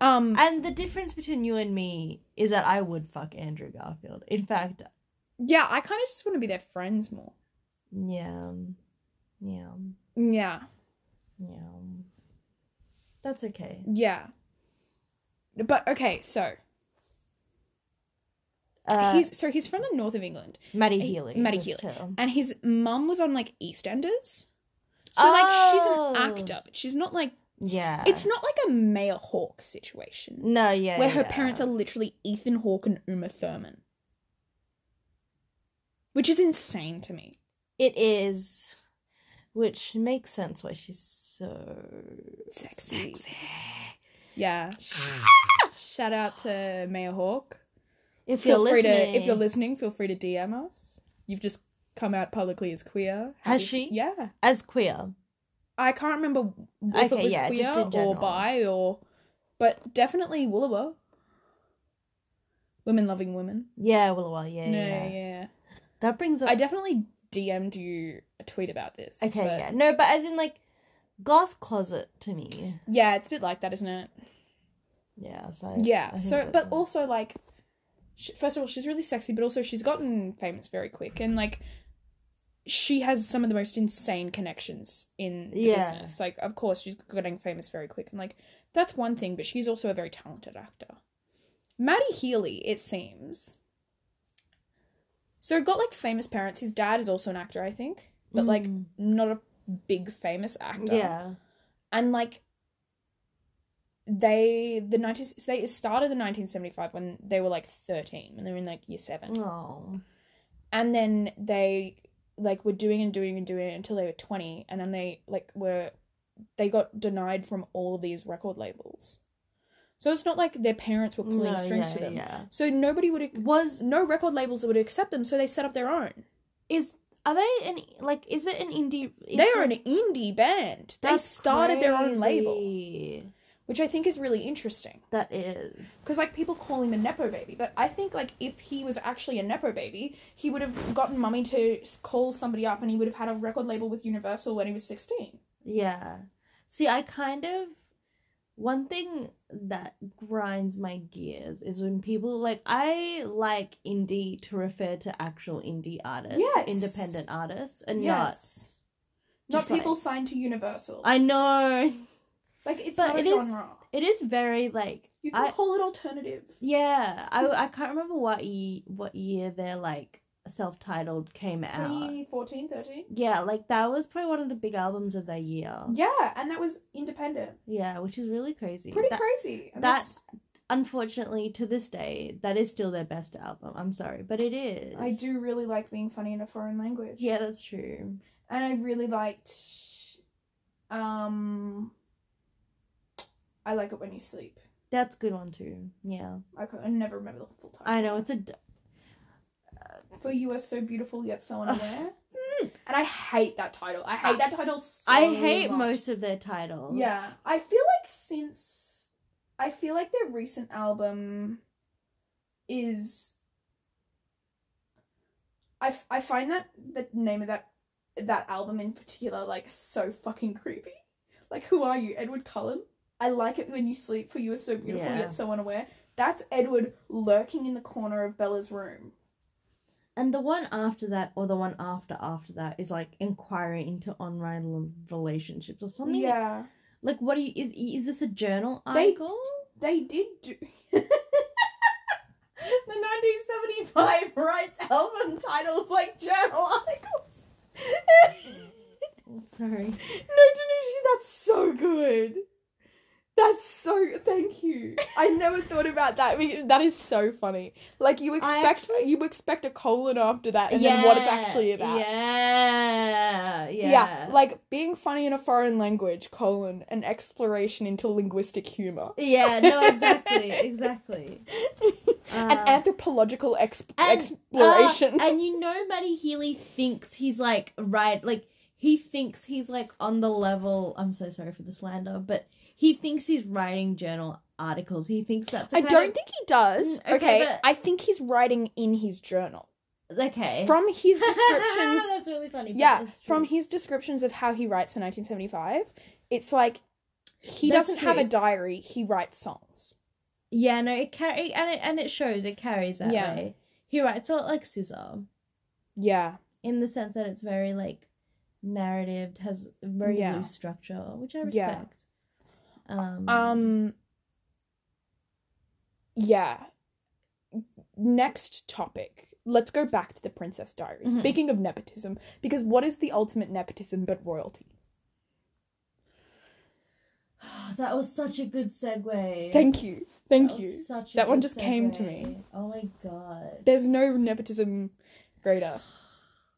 Um, And the difference between you and me is that I would fuck Andrew Garfield. In fact, yeah, I kind of just want to be their friends more. yeah, yeah, Yeah, yeah. That's okay. yeah. But okay, so Uh, he's so he's from the north of England, Maddie he- Healy. Maddie was Healy. too. and his mum was on like EastEnders. So like she's an Oh. Uh. actor, but she's not like Yeah. It's not like a Mayor Hawke situation no, yeah. where her yeah. parents are literally Ethan Hawke and Uma Thurman, which is insane to me. It is, which makes sense why she's so Sexy. Yeah. Shout out to Mayor Hawke. If Feel you're free listening, to if you're listening, feel free to DM us. You've just come out publicly as queer. Has Happy- she? Yeah. as queer, I can't remember if Okay, it was yeah, just queer in or general. bi or, but definitely Woolawa. Women loving women. yeah, well, well, yeah, No, yeah, yeah. That brings up. I definitely DM'd you a tweet about this. okay, but- yeah, no, but as in like glass closet to me. Yeah, it's a bit like that, isn't it? Yeah. So. I Yeah. think So, that's but it. also like, sh first of all, she's really sexy, but also she's gotten famous very quick, and like, she has some of the most insane connections in the Yeah. business. Like, of course, she's getting famous very quick, and like, that's one thing. But she's also a very talented actor. Maddie Healy, it seems. So got like famous parents. His dad is also an actor, I think, but like Mm. not a big famous actor. Yeah. and like they the 19 they started in 1975 when they were like 13 and they were in like year 7 Oh. and then they like were doing and doing and doing until they were 20 and then they like were they got denied from all of these record labels so it's not like their parents were pulling No, strings yeah, for them yeah. so nobody would Was no record labels would accept them so they set up their own is are they an like is it an indie? is they are it- an indie band they That's started their own label crazy. which i think is really interesting That is. Because like people call him a nepo baby, but I think like if he was actually a nepo baby, he would have gotten mummy to s- call somebody up, and he would have had a record label with Universal when he was sixteen. Yeah. See, I kind of one thing that grinds my gears is when people like I like indie to refer to actual indie artists, Yes. independent artists, and yes, not just like- people signed to Universal. not. I know like it's but not it a is- genre. it is very like You can I- call it alternative. yeah. I I can't remember what ye, what year their like self titled came out. 2014, 13? Yeah, like that was probably one of the big albums of their year. Yeah, and that was independent. Yeah, which is really crazy. Pretty That- crazy. And that- this- unfortunately to this day that is still their best album i'm sorry but it is I do really like being funny in a foreign language. yeah that's true and I really liked. Um, I like it when you sleep. that's a good one too yeah I, can, I never remember the full title. i know it's a d- For you are so beautiful yet so unaware. and I hate that title. I hate that title so I hate much. most of their titles Yeah. I feel like since I feel like their recent album is I, f- I find that the name of that that album in particular like so fucking creepy. Like who are you? Edward Cullen? I like it when you sleep for you are so beautiful Yeah. yet so unaware. That's Edward lurking in the corner of Bella's room. and the one after that or the one after after that is like inquiry into online relationships or something Yeah. Like, what do you is is this a journal article? They did do. the 1975 writes album titles like journal articles. Sorry. No, Danushi, that's so good. That's so. Thank you. I never thought about that. I mean, that is so funny. Like you expect, actually- you expect a colon after that, and then what it's actually about. Yeah. Yeah. Yeah, like being funny in a foreign language, colon, an exploration into linguistic humor. yeah, no, exactly, exactly. An Uh, anthropological exp- and, exploration. Uh, and you know, Matty Healy thinks he's like right, like he thinks he's like on the level. I'm so sorry for the slander, but he thinks he's writing journal articles. He thinks that's. a I kind don't think he does. Mm, okay, Okay, but- I think he's writing in his journal. of- okay From his descriptions, Eh. that's really funny. but yeah, that's from true. his descriptions of how he writes for 1975, it's like he That's doesn't have true. a diary. He writes songs. yeah, no, it carry and it and it shows it carries that Yeah. way. He writes a lot like Caesar Yeah, in the sense that it's very like narrative, has very Yeah. loose structure, which I Yeah. respect. Um, um, yeah. Next topic. Let's go back to the Princess Diary. Mhm. Speaking of nepotism, because what is the ultimate nepotism but royalty? that was such a good segue. Thank you, thank That was you. such a That one good just came to me. segue. Oh my god. There's no nepotism greater.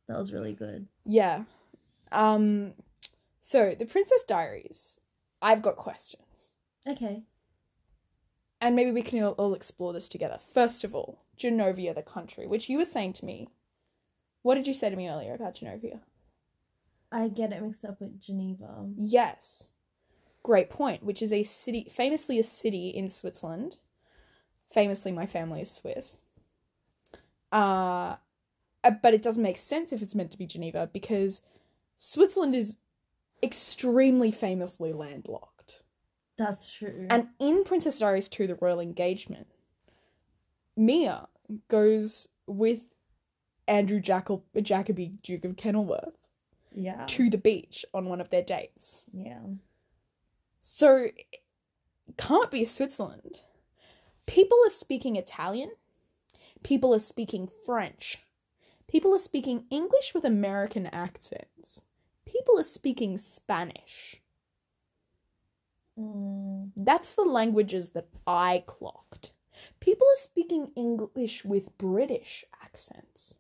That was really good. Yeah. Um so the Princess Diaries. I've got questions. Okay. And maybe we can all, all explore this together. First of all, Genovia the country, which you were saying to me. What did you say to me earlier about Genovia? I get it mixed up with Geneva. Yes. Great point, which is a city famously a city in Switzerland. Famously my family is Swiss. Uh uh, but it doesn't make sense if it's meant to be Geneva because Switzerland is extremely famously landlocked. That's true. And in Princess Diaries 2, The Royal Engagement, Mia goes with Andrew Jackal- Jacobi, Duke of Kenilworth, yeah. to the beach on one of their dates. Yeah. So, it can't be Switzerland. People are speaking Italian. People are speaking French. People are speaking English with American accents. People are speaking Spanish. Mm, That's the languages that I clocked. People are speaking English with British accents.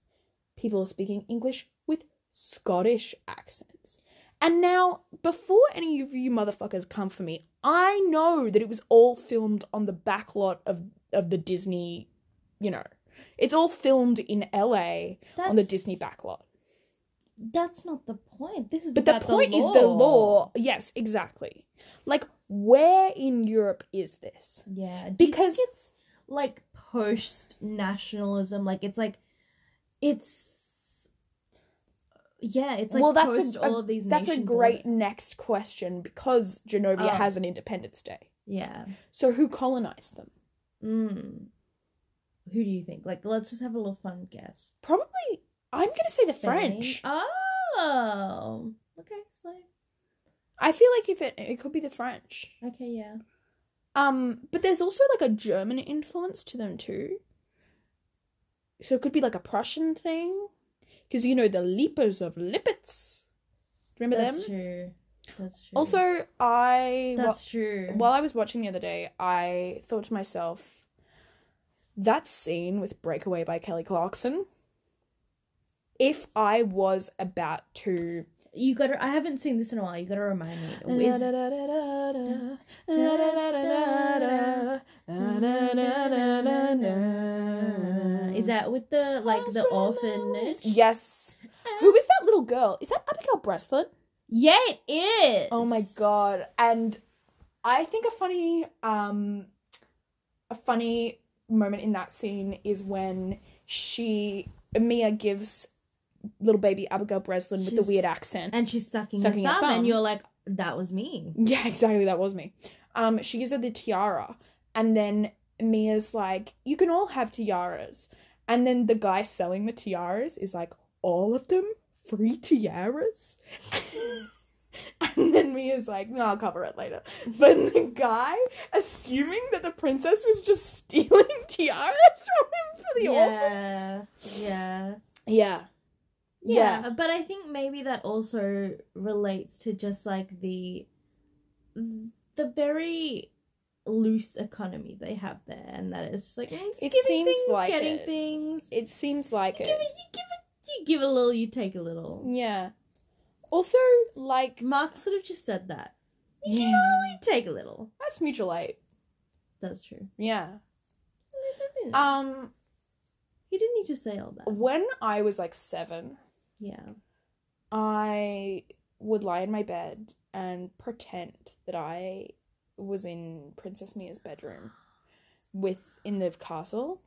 People are speaking English with Scottish accents. And now, before any of you motherfuckers come for me, I know that it was all filmed on the back lot of, of the Disney, you know. It's all filmed in LA on the That's- Disney backlot. That's not the point. This is But the about point is the law. Yes, exactly. Like, where in Europe is this? Yeah. Do you think Because it's like post nationalism, like it's like it's yeah, it's like Well, that's a- post all of these. That's a nation great border- next question because Genovia Oh. has an Independence Day. Yeah. So who colonized them? Mm. Who do you think? Like, let's just have a little fun guess. Probably, I'm going to say the Spain? French. Oh, okay, so I feel like if it it could be the French. okay, yeah, Um, but there's also like a German influence to them too. So it could be like a Prussian thing, because you know the Lippers of Lippitz. Remember that's them? true. That's true. Also, I wa- that's true. While I was watching the other day, I thought to myself, that scene with Breakaway by Kelly Clarkson, if I was about to. you gotta. I haven't seen this in a while. You gotta remind me. Is- Is Is that with the like the orphanage? Yes. Who is that little girl? Is that Abigail Breslin? Yeah, it is. Oh my god. And I think a funny um a funny moment in that scene is when she Mia gives little baby Abigail Breslin with the She's- weird accent. And she's sucking, Sucking her, her thumb, thumb. and you're like, that was me. Yeah, exactly, that was me. Um she gives her the tiara and then Mia's like, "You can all have tiaras." And then the guy selling the tiaras is like, "All of them? Free tiaras?" And then Mia's like, no, I'll cover it later. But the guy, assuming that the princess was just stealing tiaras from him for the orphans. yeah, yeah, Yeah. yeah, But I think maybe that also relates to just like the mm, the very loose economy they have there, and that it's just like mm, just It giving seems things, like getting it. things. It seems like You give it. it, you give it, you give a little, you take a little. Yeah. Also, like, Mark sort of just said that. You give a Yeah. little, you take a little. that's mutual aid. That's true. Yeah. Um, Um, he didn't need to say all that. when I was like seven, Yeah. I would lie in my bed and pretend that I was in Princess Mia's bedroom with in the castle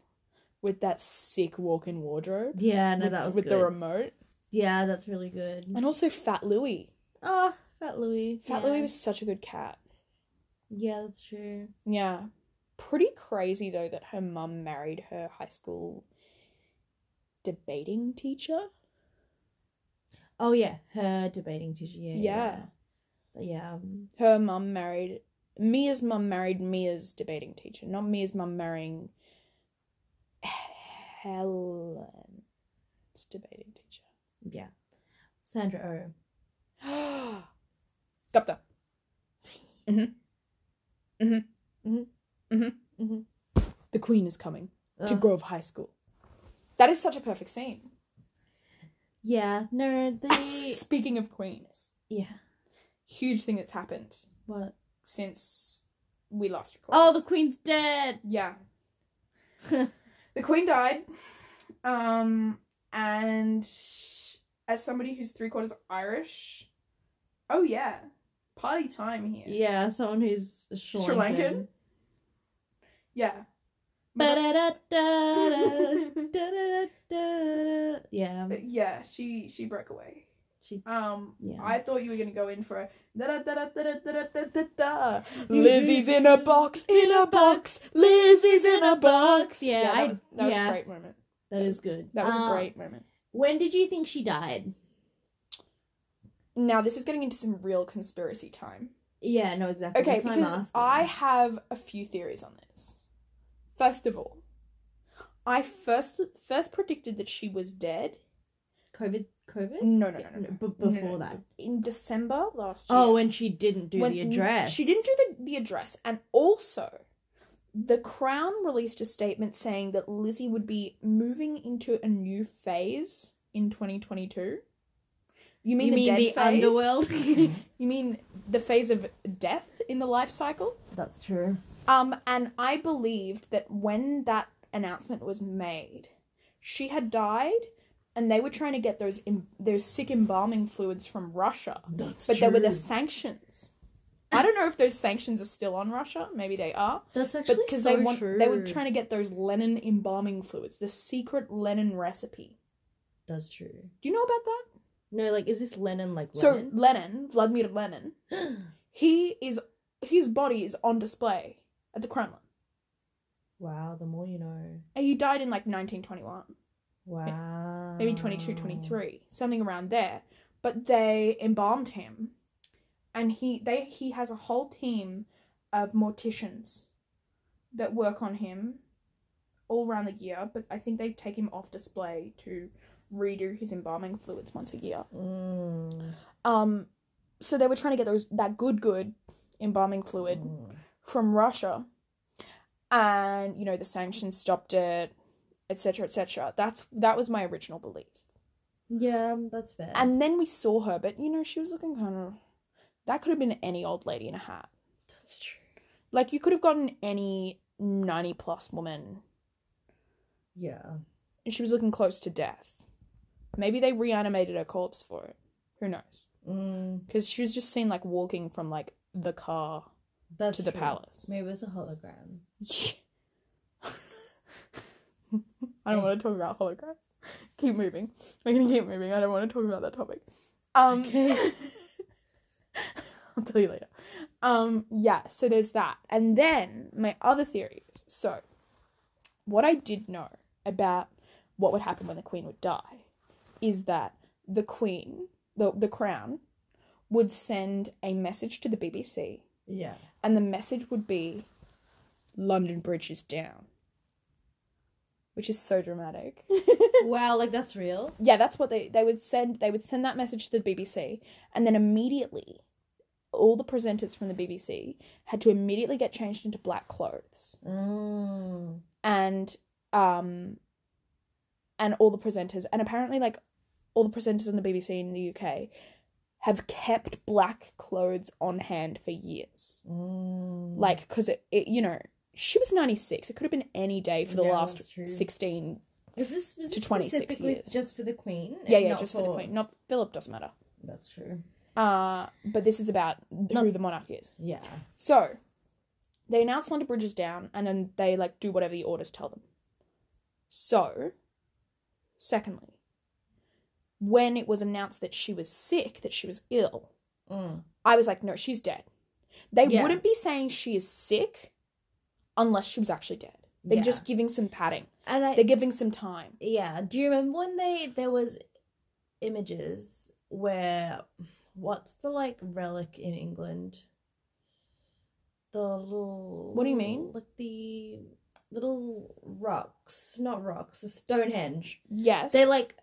with that sick walk-in wardrobe Yeah, no, with, that was with good. the remote yeah, that's really good. and also Fat Louie. Oh, Fat Louis. Fat yeah. Louie was such a good cat. Yeah, that's true. Yeah. Pretty crazy though that her mum married her high school debating teacher. Oh yeah, her debating teacher. Yeah. Yeah. Yeah. Yeah. yeah. um, her mum married Mia's mum married Mia's debating teacher, not Mia's mum marrying Helen's debating teacher. yeah. Sandra Got that. Mm-hmm. Oh. hmm The Queen is coming to Oh. Ugh. Grove High School. That is such a perfect scene. Yeah. No, they. Speaking of queens, yeah. huge thing that's happened What? since we last recorded. Oh, the queen's dead. Yeah. the queen died. Um, and as somebody who's three quarters Irish, oh yeah, party time here. Yeah, someone who's Sri Sri Lankan. Lankan? Yeah. My- Ba-da-da-da-da-da-da-da-da. Yeah. um, uh, yeah, she she broke away. She- Um, Yeah. I thought you were gonna go in for a da da da da da da da da da. Lizzie's in a box, in a box. Lizzie's in a box. Yeah, that I- was, that was yeah. a great moment. That is good. That was Uh, a great moment. When did you think she died? Now this is getting into some real conspiracy time. Yeah, no, exactly. Okay, That's why I'm because asking. I have a few theories on this. First of all, I first first predicted that she was dead. COVID. COVID. No, no, no, no, no. B- before No, no, no. that. in December last year. Oh, when she didn't do when- the address. She didn't do the, the address, and also, the Crown released a statement saying that Lizzie would be moving into a new phase in 2022. You mean you the mean dead the phase? underworld? You mean the phase of death in the life cycle? That's true. Um, and I believed that when that announcement was made, she had died, and they were trying to get those em- those sick embalming fluids from Russia, That's but there were the sanctions. I don't know if those sanctions are still on Russia. Maybe they are, That's actually but because so they want true. they were trying to get those Lenin embalming fluids, the secret Lenin recipe. That's true. Do you know about that? No, like, is this Lennon like So Lenin, Vladimir Lenin, Lennon? he is his body is on display at the Kremlin, wow, the more you know. and he died in like 1921. Wow. maybe 22, 23, something around there. But they embalmed him, and he they he has a whole team of morticians that work on him all around the year. But I think they take him off display to redo his embalming fluids once a year. Mm. Um, so they were trying to get those that good good embalming fluid Mm. from Russia, and you know the sanctions stopped it, etc., etc. That's that was my original belief. Yeah, that's fair. And then we saw her, but you know, she was looking kind of. That could have been any old lady in a hat. that's true. Like, you could have gotten any 90 plus woman, Yeah. and she was looking close to death. Maybe they reanimated her corpse for it. Who knows? Mm. Because she was just seen, like, walking from, like, the car That's to the true. palace. Maybe it's a hologram. I don't want to talk about holograms. Keep moving. We're going to keep moving. I don't want to talk about that topic. Um, Okay. I'll tell you later. Um, yeah, so there's that. And then my other theories. So, what I did know about what would happen when the queen would die is that the queen, the, the crown, would send a message to the BBC, Yeah. and the message would be, "London Bridge is down," which is so dramatic. wow, like that's real. yeah, that's what they they would send. They would send that message to the BBC, and then immediately, all the presenters from the BBC had to immediately get changed into black clothes, Mm. and um, and all the presenters, and apparently, like all the presenters on the BBC in the UK, have kept black clothes on hand for years, Mm. like because it, it you know she was ninety six. It could have been any day for the Yeah, last that's true. sixteen. is this, was to this 26 specifically years. just for the Queen? and Yeah, yeah, not just for the Queen. Not Philip doesn't matter. That's true. Uh, but this is about who Not- the monarch is. Yeah. So they announce London Bridge is down, and then they like do whatever the orders tell them. So, secondly, when it was announced that she was sick, that she was ill, Mm. I was like, no, she's dead. They Yeah. wouldn't be saying she is sick unless she was actually dead. They're Yeah. just giving some padding. And I They're giving some time. yeah. Do you remember when they there was images where what's the like relic in England? The little. What do you mean? Like the little rocks, not rocks, the Stonehenge. Yes, They like.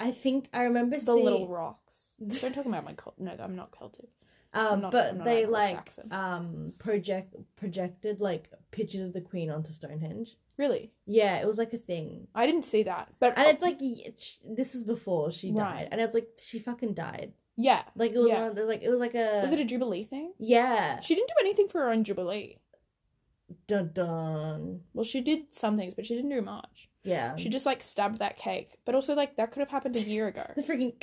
I think I remember the seeing little rocks. Don't talk about my cult. No, I'm not Celtic. I'm Um, not- I'm but not they like Anglo-Saxon. um project projected like pictures of the Queen onto Stonehenge. Really, Yeah, it was like a thing, I didn't see that. But and it's like y- sh- this is before she died, Right. and it's like she fucking died. yeah, Like it was Yeah. one of those, like it was like a was it a jubilee thing? yeah She didn't do anything for her own jubilee. dun dun Well, she did some things, but she didn't do much. yeah She just like stabbed that cake, but also like that could have happened a year ago. the freaking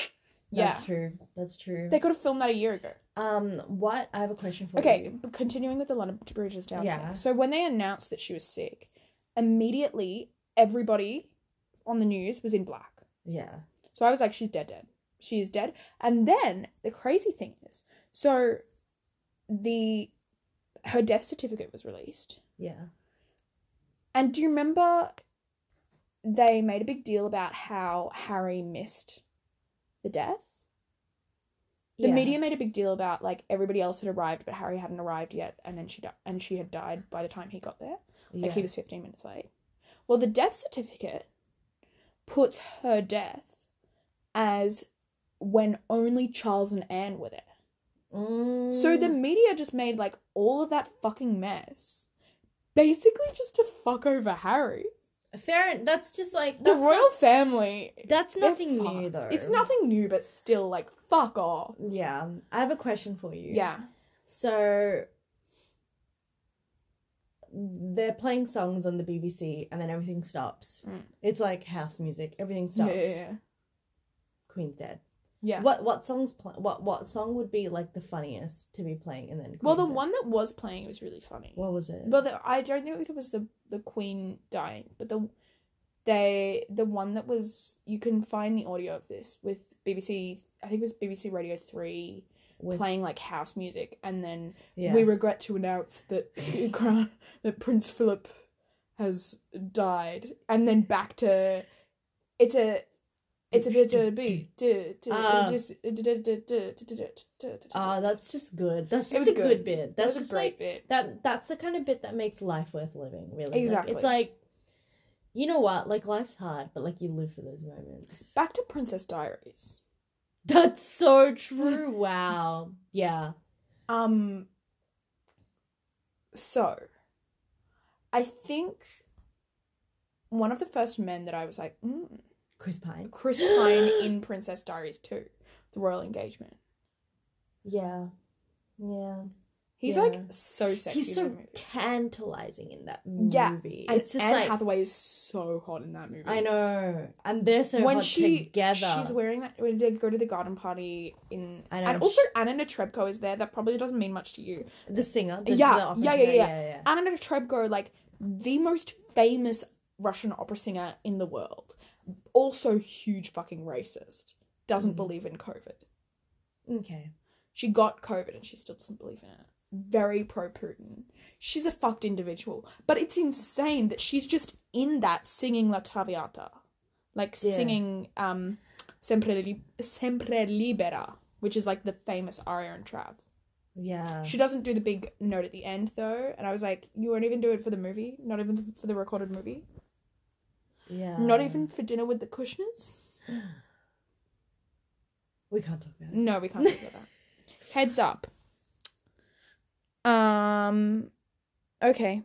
yeah, that's true that's true. they could have filmed that a year ago. Um, what I have a question for Okay, you. but continuing with the London Bridge is down. thing. Yeah. So when they announced that she was sick, immediately everybody on the news was in black. Yeah. So I was like, she's dead, dead. She is dead. And then the crazy thing is, so the her death certificate was released. Yeah. And do you remember they made a big deal about how Harry missed the death? The yeah. media made a big deal about like everybody else had arrived but Harry hadn't arrived yet and then she di- and she had died by the time he got there. Yeah. Like he was 15 minutes late. Well, the death certificate puts her death as when only Charles and Anne were there. So the Mm. media just made like all of that fucking mess basically just to fuck over Harry. fair. That's just like The that's royal family. That's they're nothing new, fucked. though. It's nothing new, but still, like, fuck off. Yeah, I have a question for you. Yeah. So they're playing songs on the BBC, and then everything stops. Mm. It's like house music. Everything stops. Yeah. yeah, Queen's dead. yeah. What what songs? Pl- what what song would be like the funniest to be playing? And then Queen's Well, the dead? one that was playing was really funny. What was it? Well, the, I don't think it was the the Queen dying, but the they the one that was you can find the audio of this with BBC. I think it was BBC Radio Three With- playing like house music, and then yeah. we regret to announce that Crown- that Prince Philip has died, and then back to it's a. It's a bit to be. Ah. Ah, Ah, that's just good. That's It was just a good, good. that bit. That's was a just great like bit. that that's the kind of bit that makes life worth living really Like, Exactly. it's like you know what like life's hard but like you live for those moments Back to Princess Diaries. that's so true wow yeah Um so I think one of the first men that I was like, mm, chris pine Chris Pine in Princess Diaries 2, the royal engagement. yeah yeah He's Yeah. like so sexy he's in so that movie. tantalizing in that Yeah, movie And it's just Anne like Hathaway is so hot in that movie. i know and they're so when hot she together she's wearing that when they go to the garden party in I know, and and also Anna Netrebko is there. That probably doesn't mean much to you. the singer the, Yeah, the opera yeah, yeah, singer, yeah. yeah Anna Netrebko, like the most famous Russian opera singer in the world, also huge fucking racist, doesn't Mhm. believe in COVID. yeah. okay She got COVID and she still doesn't believe in it. Very pro Putin. She's a fucked individual, but it's insane that she's just in that singing La Traviata, like Yeah. singing um, Sempre, Li- Sempre Libera, which is like the famous aria and Trav. Yeah. She doesn't do the big note at the end though, and I was like, you won't even do it for the movie, not even for the recorded movie, Yeah. not even for dinner with the Kushners. We can't talk about it. No, we can't do that. Heads up. Um, okay,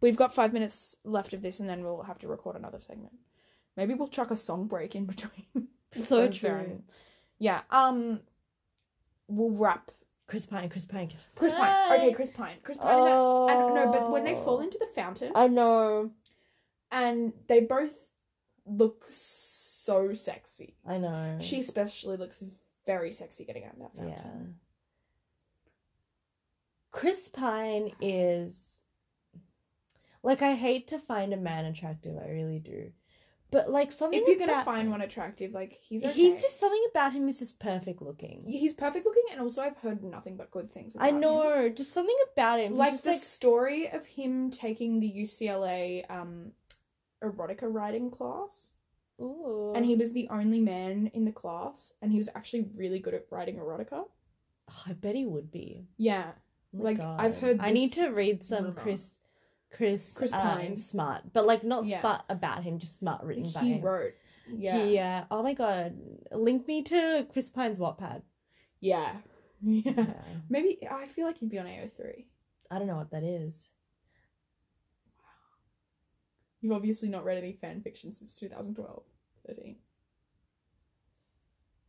we've got five minutes left of this, and then we'll have to record another segment. Maybe we'll chuck a song break in between. So Those true. down. Yeah. Um, we'll wrap. Chris Pine, Chris Pine, Chris Pine. Chris Pine. Okay, Chris Pine. Chris Pine. and that- Oh. I don't know, but when they fall into the fountain I know. and they both look so sexy. I know. She especially looks very sexy getting out of that Yeah. fountain. Chris Pine is like I hate to find a man attractive, I really do. But like something If you're gonna about- find one attractive, like he's okay. he's just something about him is just perfect looking. he's perfect looking, and also I've heard nothing but good things. About I him. know, just something about him. He's like just the story of him taking the UCLA um erotica writing class. like ooh. and he was the only man in the class and he was actually really good at writing erotica Oh, I bet he would be. yeah Oh my Like, I've heard I need this to read some rumor. Chris Chris Chris uh, Pine. smart, but like not Yeah. smart about him, just smart written by he him. wrote yeah Yeah. uh, Oh my god. Link me to Chris Pine's Wattpad. yeah yeah Yeah. maybe i feel like he'd be on ao3 I don't know what that is. you've obviously not read any fan fiction since 2012 13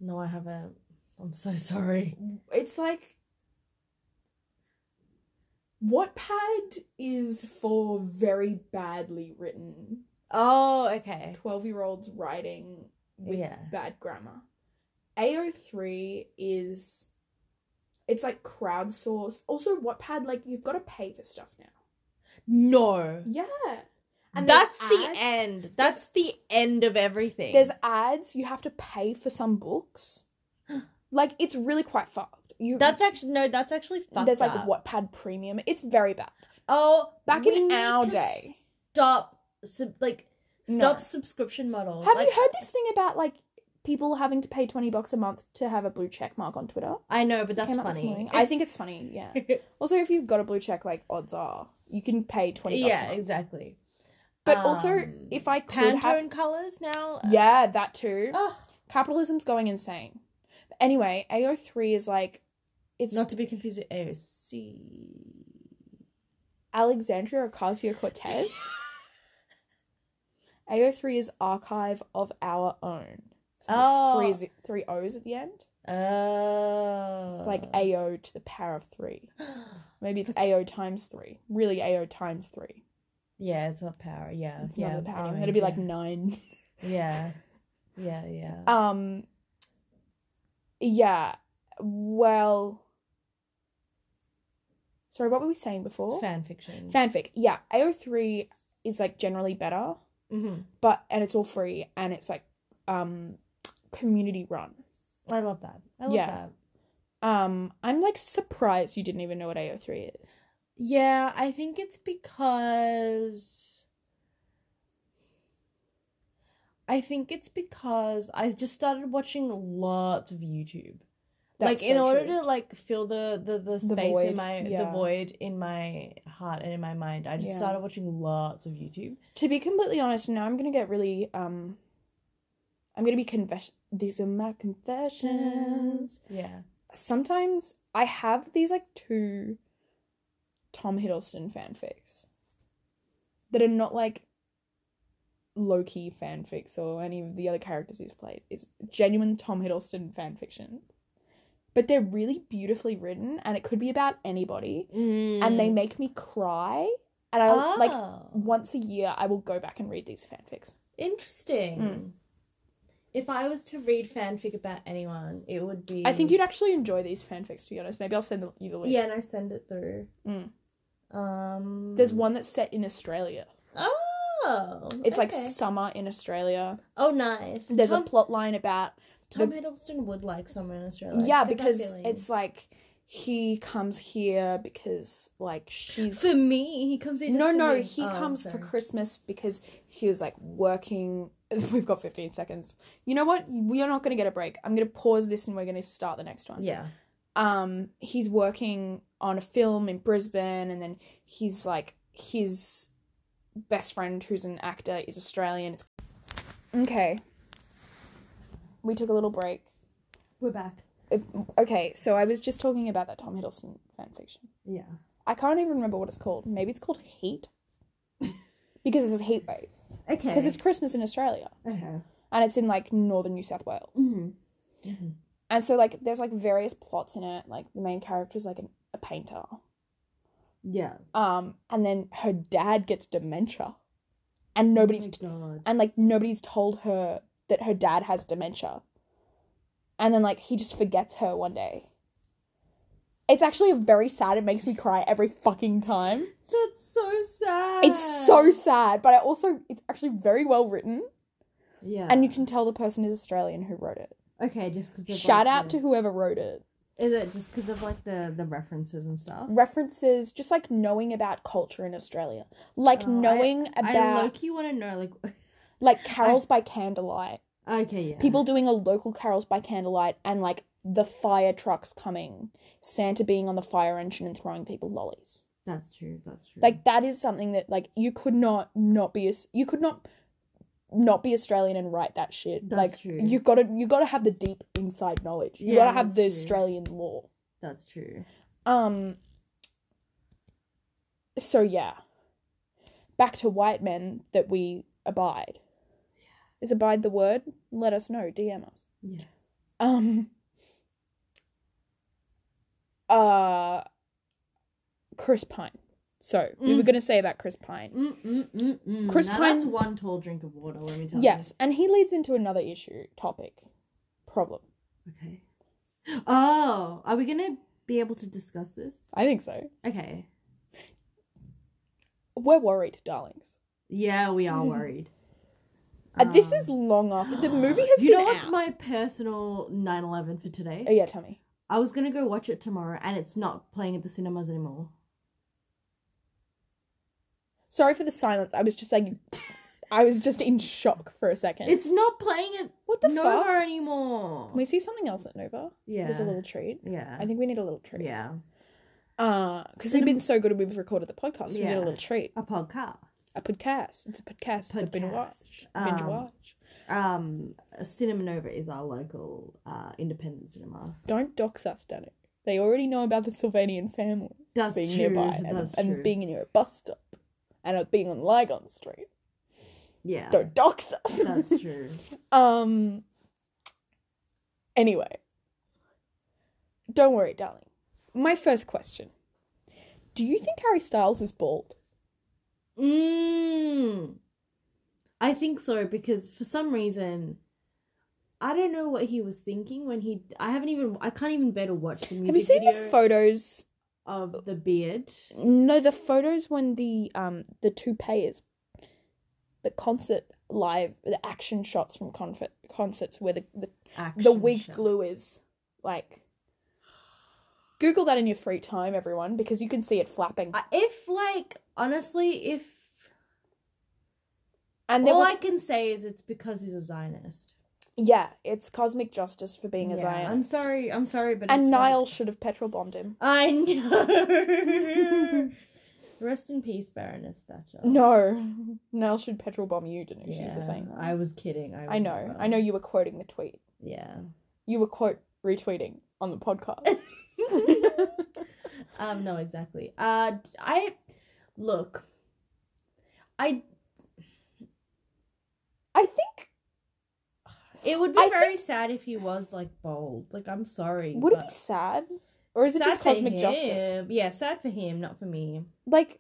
No, I haven't. I'm so sorry. it's like Wattpad is for very badly written Oh, okay. 12 year olds writing with Yeah. bad grammar. AO3 is it's like crowdsourced. Also Wattpad like you've got to pay for stuff now. No. Yeah. there's That's the ads- end. That's the end of everything. There's ads, you have to pay for some books. like it's really quite fucked. You that's actually no, that's actually fucked there's up. like Wattpad premium. It's very bad. Oh, Back we in need our to day. Stop sub, like stop No. subscription models. Have like, you heard this thing about like people having to pay 20 bucks a month to have a blue check mark on Twitter? I know, but that's Came out this funny. morning. I think it's funny, yeah. Also, if you've got a blue check, like odds are you can pay twenty. Yeah, yeah, exactly. but also Um, if I could Pantone have, colors now. yeah, that too. Oh, Capitalism's going insane. But anyway, AO three is like it's not to be confused with AOC. Alexandria Ocasio Cortez. AO three is archive of our own. So there's Oh. three zi- three O's at the end. Oh. It's like AO to the power of three. Maybe it's AO times three. Really, AO times three. Yeah, it's not power. Yeah. It's yeah. not the power. anyways, That'd be like yeah. nine. Yeah. Yeah, yeah. Um yeah. Well Sorry, what were we saying before? Fan fiction. Fanfic. Yeah, AO3 is like generally better, mm-hmm. but and it's all free and it's like um community run. I love that. I love Yeah. that. Um I'm like surprised you didn't even know what AO3 is. Yeah, I think it's because I think it's because I just started watching lots of YouTube. That's like in so order true. to like fill the the, the The space void, in my the yeah. void in my heart and in my mind, I just Yeah. started watching lots of YouTube. To be completely honest, now I'm going to get really um I'm going to be confess these are my confessions. Yeah. sometimes I have these like two Tom Hiddleston fanfics that are not like low key fanfics or any of the other characters he's played. It's genuine Tom Hiddleston fanfiction. But they're really beautifully written and it could be about anybody. Mm. And Mm. they make me cry. And I will like Oh. once a year I will go back and read these fanfics. Interesting. Mm. If I was to read fanfic about anyone, it would be. I think you'd actually enjoy these fanfics to be honest. Maybe I'll send you the link. Yeah, and I send it through. Mm. Um. There's one that's set in Australia. Oh. It's like okay. summer in Australia. Oh, nice. There's Tom, a plot line about Tom Hiddleston would like summer in yeah, Australia. It's got that because feeling. it's like he comes here because like she's for me. He comes in. no just for no me. he Oh, comes sorry. for Christmas because he was like working We've got 15 seconds. You know what? We're not going to get a break. I'm going to pause this and we're going to start the next one. Yeah. Um, he's working on a film in Brisbane, and then he's like his best friend, who's an actor, is Australian. It's okay. We took a little break. We're back. Okay, so I was just talking about that Tom Hiddleston fanfiction. Yeah. I can't even remember what it's called. Maybe it's called Hate. because it's a hate wave. Okay. Because it's Christmas in Australia. okay. And it's in like northern New South Wales. Mm-hmm. And so like there's like various plots in it. Like the main character is like an, a painter. Yeah. Um, and then her dad gets dementia. And Mm. nobody's God. and like nobody's told her that her dad has dementia and then like he just forgets her one day it's actually very sad it makes me cry every fucking time That's so sad. it's so sad but i also it's actually very well written Yeah. and you can tell the person is australian who wrote it Okay, just because. shout out to whoever wrote it Is it just because of like the the references and stuff? references just like knowing about culture in australia like Oh, I- knowing I about low-key want to know like. like carols by candlelight Okay. Yeah. people doing a local carols by candlelight and like the fire trucks coming santa being on the fire engine and throwing people lollies That's true. That's true. like that is something that like you could not not be as you could not not be australian and write that shit That's like true. you gotta you gotta have the deep inside knowledge you Yeah, gotta have the that's true. australian law That's true. um so yeah back to white men that we abide is abide the word let us know dm us Yeah. um uh Chris Pine. So we were Mm. gonna say about Chris Pine. Mm, mm, mm, mm. Chris now that's Pine- one tall drink of water. Let me tell Yes, and he leads into another issue topic problem. you. Okay. Oh, are we gonna be able to discuss this? I think so. Okay. We're worried, darlings. Yeah, we are worried. Uh, this Um, is long after Mm. the movie has You been know what's out. my personal 9/11 for today? oh yeah, tell me. I was gonna go watch it tomorrow, and it's not playing at the cinemas anymore. Sorry for the silence. I was just like, I was just in shock for a second. It's not playing at what the Nova fuck? anymore. Can we see something else at Nova? yeah. There's a little treat. yeah. I think we need a little treat. yeah. Uh, because we've Cinema- been so good, we've recorded the podcast. We need Yeah. a little treat. A podcast. A podcast. It's a podcast. It's a binge Podcast. watch. Binge Um, watch. Um, Cinema Nova is our local uh, independent cinema. Don't dox us, Danny. They already know about the Sylvanian family That's being true. nearby and, That's and true. being near a bus stop and uh, being on Lygon Street. yeah. Don't dox us. That's true. um. Anyway, don't worry, darling. My first question: Do you think Harry Styles is bald? Mm. I think so because for some reason, I don't know what he was thinking when he. I haven't even. I can't even better watch the music Have you seen video the photos? of the beard. No, the photos when the um the toupee is the concert live the action shots from concert concerts where the the, the Action wig shot. glue is like Google that in your free time, everyone, because you can see it flapping. I- If like honestly, if and there all was, I can say is it's because he's a Zionist. yeah, it's cosmic justice for being a Yeah, Zionist. I'm sorry. I'm sorry, but And it's Niall like- should have petrol bombed him. I know. Rest in peace, Baroness Thatcher. No, Niall should petrol bomb you, didn't she, Yeah, for saying that? I was kidding. I, I know. remember. I know you were quoting the tweet. Yeah. You were quote retweeting on the podcast. um no exactly uh i look i I think it would be I very sad if he was like bold like i'm sorry Would it but- be sad? Or is it Sad just for cosmic justice? him. yeah sad for him not for me Like,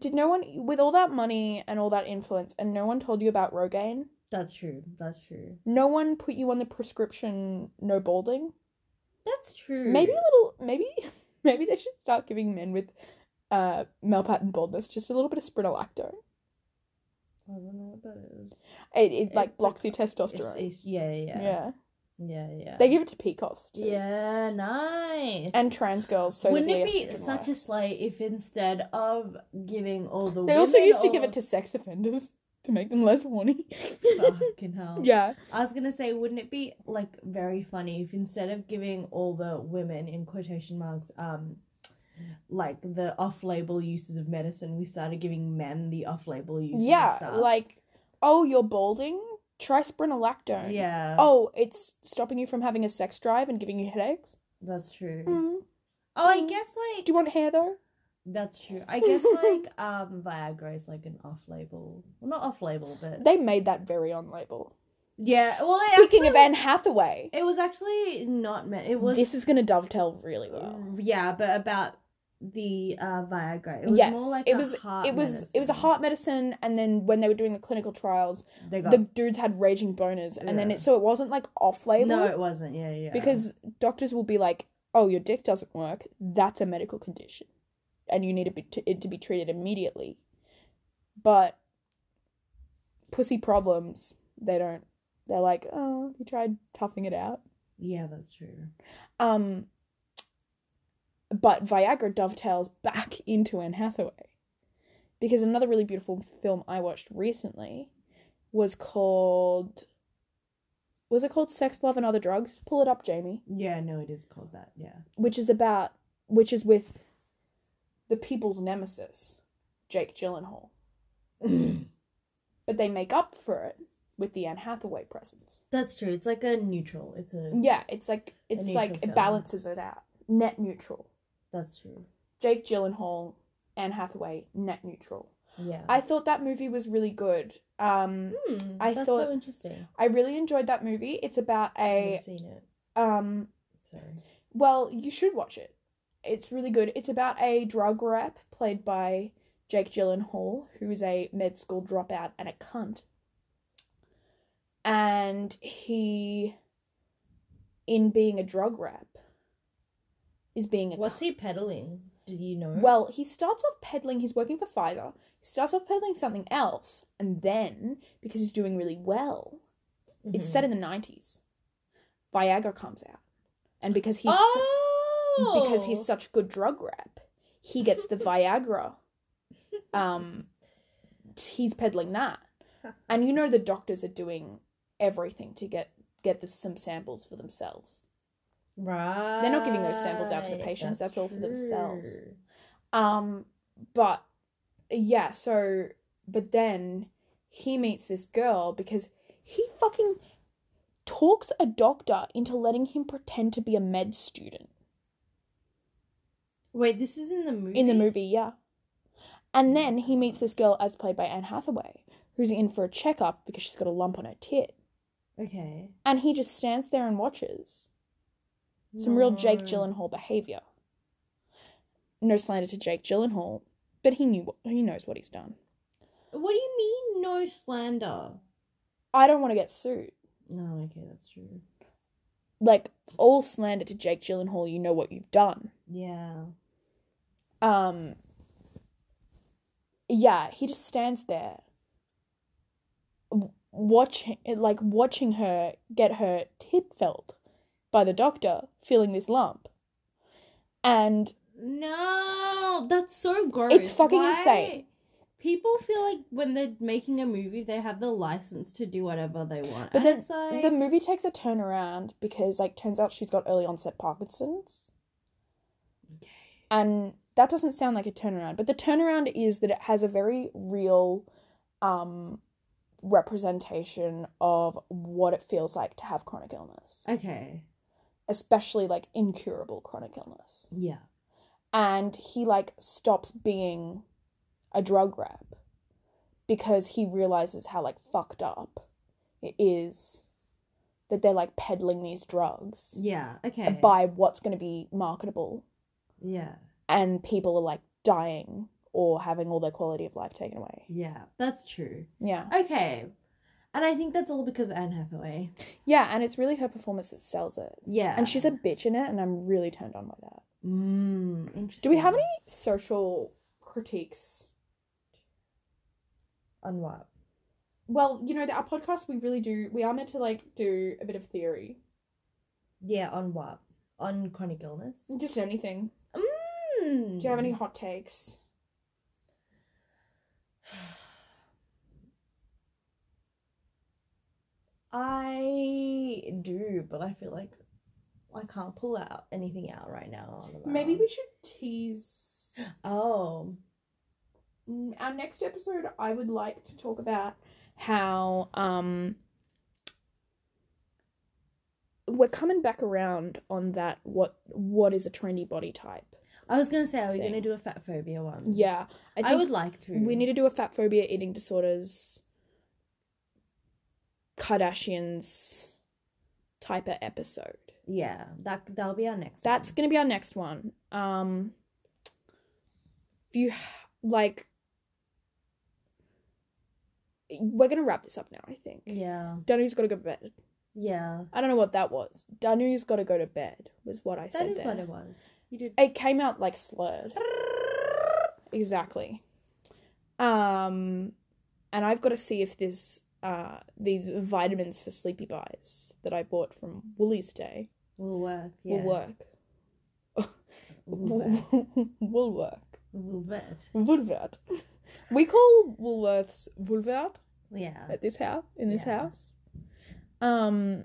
did no one, with all that money and all that influence, and no one told you about Rogaine? that's true that's true No one put you on the prescription no balding? that's true Maybe a little, maybe, maybe they should start giving men with uh, malpattern baldness just a little bit of spironolactone. i don't know what that is It, it like It's blocks your it's, testosterone. it's, yeah yeah yeah. yeah yeah yeah They give it to PCOS too. yeah nice And trans girls, so wouldn't that the it be estrogen such a works. slight if instead of giving all the They also used to all give it of- to sex offenders. to make them less horny. Fucking hell. yeah. I was gonna say, wouldn't it be like very funny if instead of giving all the women in quotation marks, um, like the off-label uses of medicine, we started giving men the off-label uses. of Yeah. stuff? Like, oh, you're balding? Try spironolactone. yeah. Oh, it's stopping you from having a sex drive and giving you headaches? that's true. Mm. Oh, I Mm. guess like Do you want hair though? that's true. I guess like um, Viagra is like an off-label, well, not off-label, but They made that very on label. yeah. Well, it Speaking of actually- Anne Hathaway, it was actually not meant. It was this is going to dovetail really well. yeah, but about the uh, Viagra. It was Yes, more like it a was- heart It was it was a medicine. heart medicine, and then when they were doing the clinical trials, They got the dudes had raging boners, and then Yeah. it so it wasn't like off label No, it wasn't. Yeah, yeah. because doctors will be like, "Oh, your dick doesn't work. That's a medical condition, and you need to be t- it to be treated immediately." But pussy problems, they don't. They're like, "Oh, you tried toughing it out." yeah, that's true. Um, but Viagra dovetails back into Anne Hathaway. Because another really beautiful film I watched recently was called. Was it called Sex, Love, and Other Drugs? Pull it up, Jamie. Yeah, no, it is called that. Yeah. Which is about. Which is with the people's nemesis, Jake Gyllenhaal. But they make up for it with the Anne Hathaway presence. that's true. It's like a neutral. It's a Yeah, it's like. It's neutral like. film. It balances it out. Net neutral. That's true. Jake Gyllenhaal, Anne Hathaway, net neutral. Yeah. I thought that movie was really good. Um, Hmm, I that's thought- so interesting. I really enjoyed that movie. It's about I a haven't seen it. um. Sorry. Well, you should watch it. It's really good. It's about a drug rep played by Jake Gyllenhaal, who is a med school dropout and a cunt. And he, in being a drug rep, is being a What's he peddling? Do you know? Well, he starts off peddling, he's working for Pfizer, he starts off peddling something else, and then, because he's doing really well, it's Mhm. set in the 90s. Viagra comes out. And because he's, su- oh, because he's such good drug rep, he gets the Viagra. Um, he's peddling that. And you know the doctors are doing everything to get, get the, some samples for themselves. right. not giving those samples out to the patients, that's all for themselves. Oh! true. Um, but yeah, so but then he meets this girl because he fucking talks a doctor into letting him pretend to be a med student Wait, this is in the movie. in the movie, yeah. And then he meets this girl as played by Anne Hathaway, who's in for a checkup because she's got a lump on her tit. Okay. And he just stands there and watches. Some real Jake No. Gyllenhaal behavior. No slander to Jake Gyllenhaal, but he knew what, he knows what he's done. What do you mean no slander? I don't want to get sued. No, okay, that's true. like all slander to Jake Gyllenhaal, you know what you've done. Yeah. Um yeah, he just stands there w- watching like watching her get her tit felt by the doctor, feeling this lump. And No, that's so gross. It's fucking insane. People feel like when they're making a movie, they have the license to do whatever they want. But and then it's like, the movie takes a turnaround because like turns out she's got early onset Parkinson's. And that doesn't sound like a turnaround, but the turnaround is that it has a very real um representation of what it feels like to have chronic illness, okay, especially like incurable chronic illness. yeah, And he like stops being a drug rep because he realizes how like fucked up it is that they're like peddling these drugs yeah, okay, by what's going to be marketable yeah, and people are like dying or having all their quality of life taken away. yeah, that's true. Yeah. Okay, and I think that's all because Anne Hathaway. Yeah, and it's really her performance that sells it. Yeah, And she's a bitch in it, and I'm really turned on by that. mm, interesting. Do we have any social critiques? on what? Well, you know, our podcast, we really do, we are meant to like do a bit of theory. Yeah, on what? On chronic illness. Just anything. Mm. Do you have any hot takes? I do, but I feel like I can't pull out anything out right now. on my Maybe own. we should tease Oh, Mm, our next episode. I would like to talk about how um we're coming back around on that what what is a trendy body type. I was gonna say, are we Thing. gonna do a fat phobia one? Yeah. I think Mm. I, would Hmm. like to. we need to do a fat phobia, eating disorders, Kardashians type of episode. Yeah, that that'll be our next. That's one. gonna be our next one. Um if you like we're gonna wrap this up now, I think. Yeah, Danu's gotta go to bed. yeah. I don't know what that was. Danu's got to go to bed was what I That said is there. what it was. You did. It came out like slurred. Exactly. Um, and I've got to see if this uh these vitamins for sleepy buys that I bought from Woolies today Will work. will yeah. work. Will work. will work. Will work. Woolworth. We call Woolworths Woolworth Yeah. at this house in this yeah. house. Um,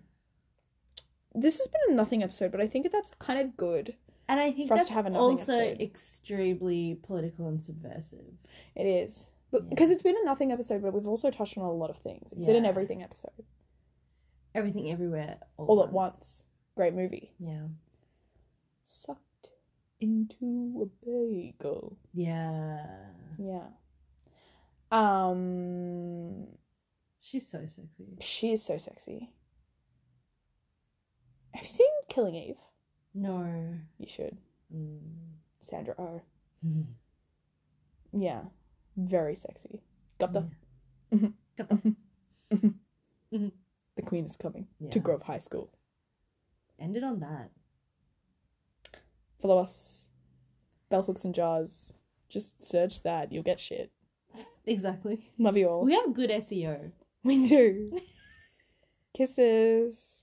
this has been a nothing episode, but I think that's kind of good. And I think for us that's to have a nothing also episode. extremely political and subversive. It is. But Yeah. because it's been a nothing episode, but we've also touched on a lot of things. It's been an Yeah. everything episode. Everything everywhere all, All at once. Great movie. Yeah. Sucked into a bagel. Yeah. Yeah. Um She's so sexy. she is so sexy. Have you seen Killing Eve? No. You should. Mm. Sandra Oh. Yeah. Very sexy. Got the Mhm. Got the- The Queen is coming Yeah. to Grove High School. End it on that. Follow us. Bell hooks and jars. Just search that. You'll get shit. Exactly. Love you all. E We have good SEO. We do. Kisses.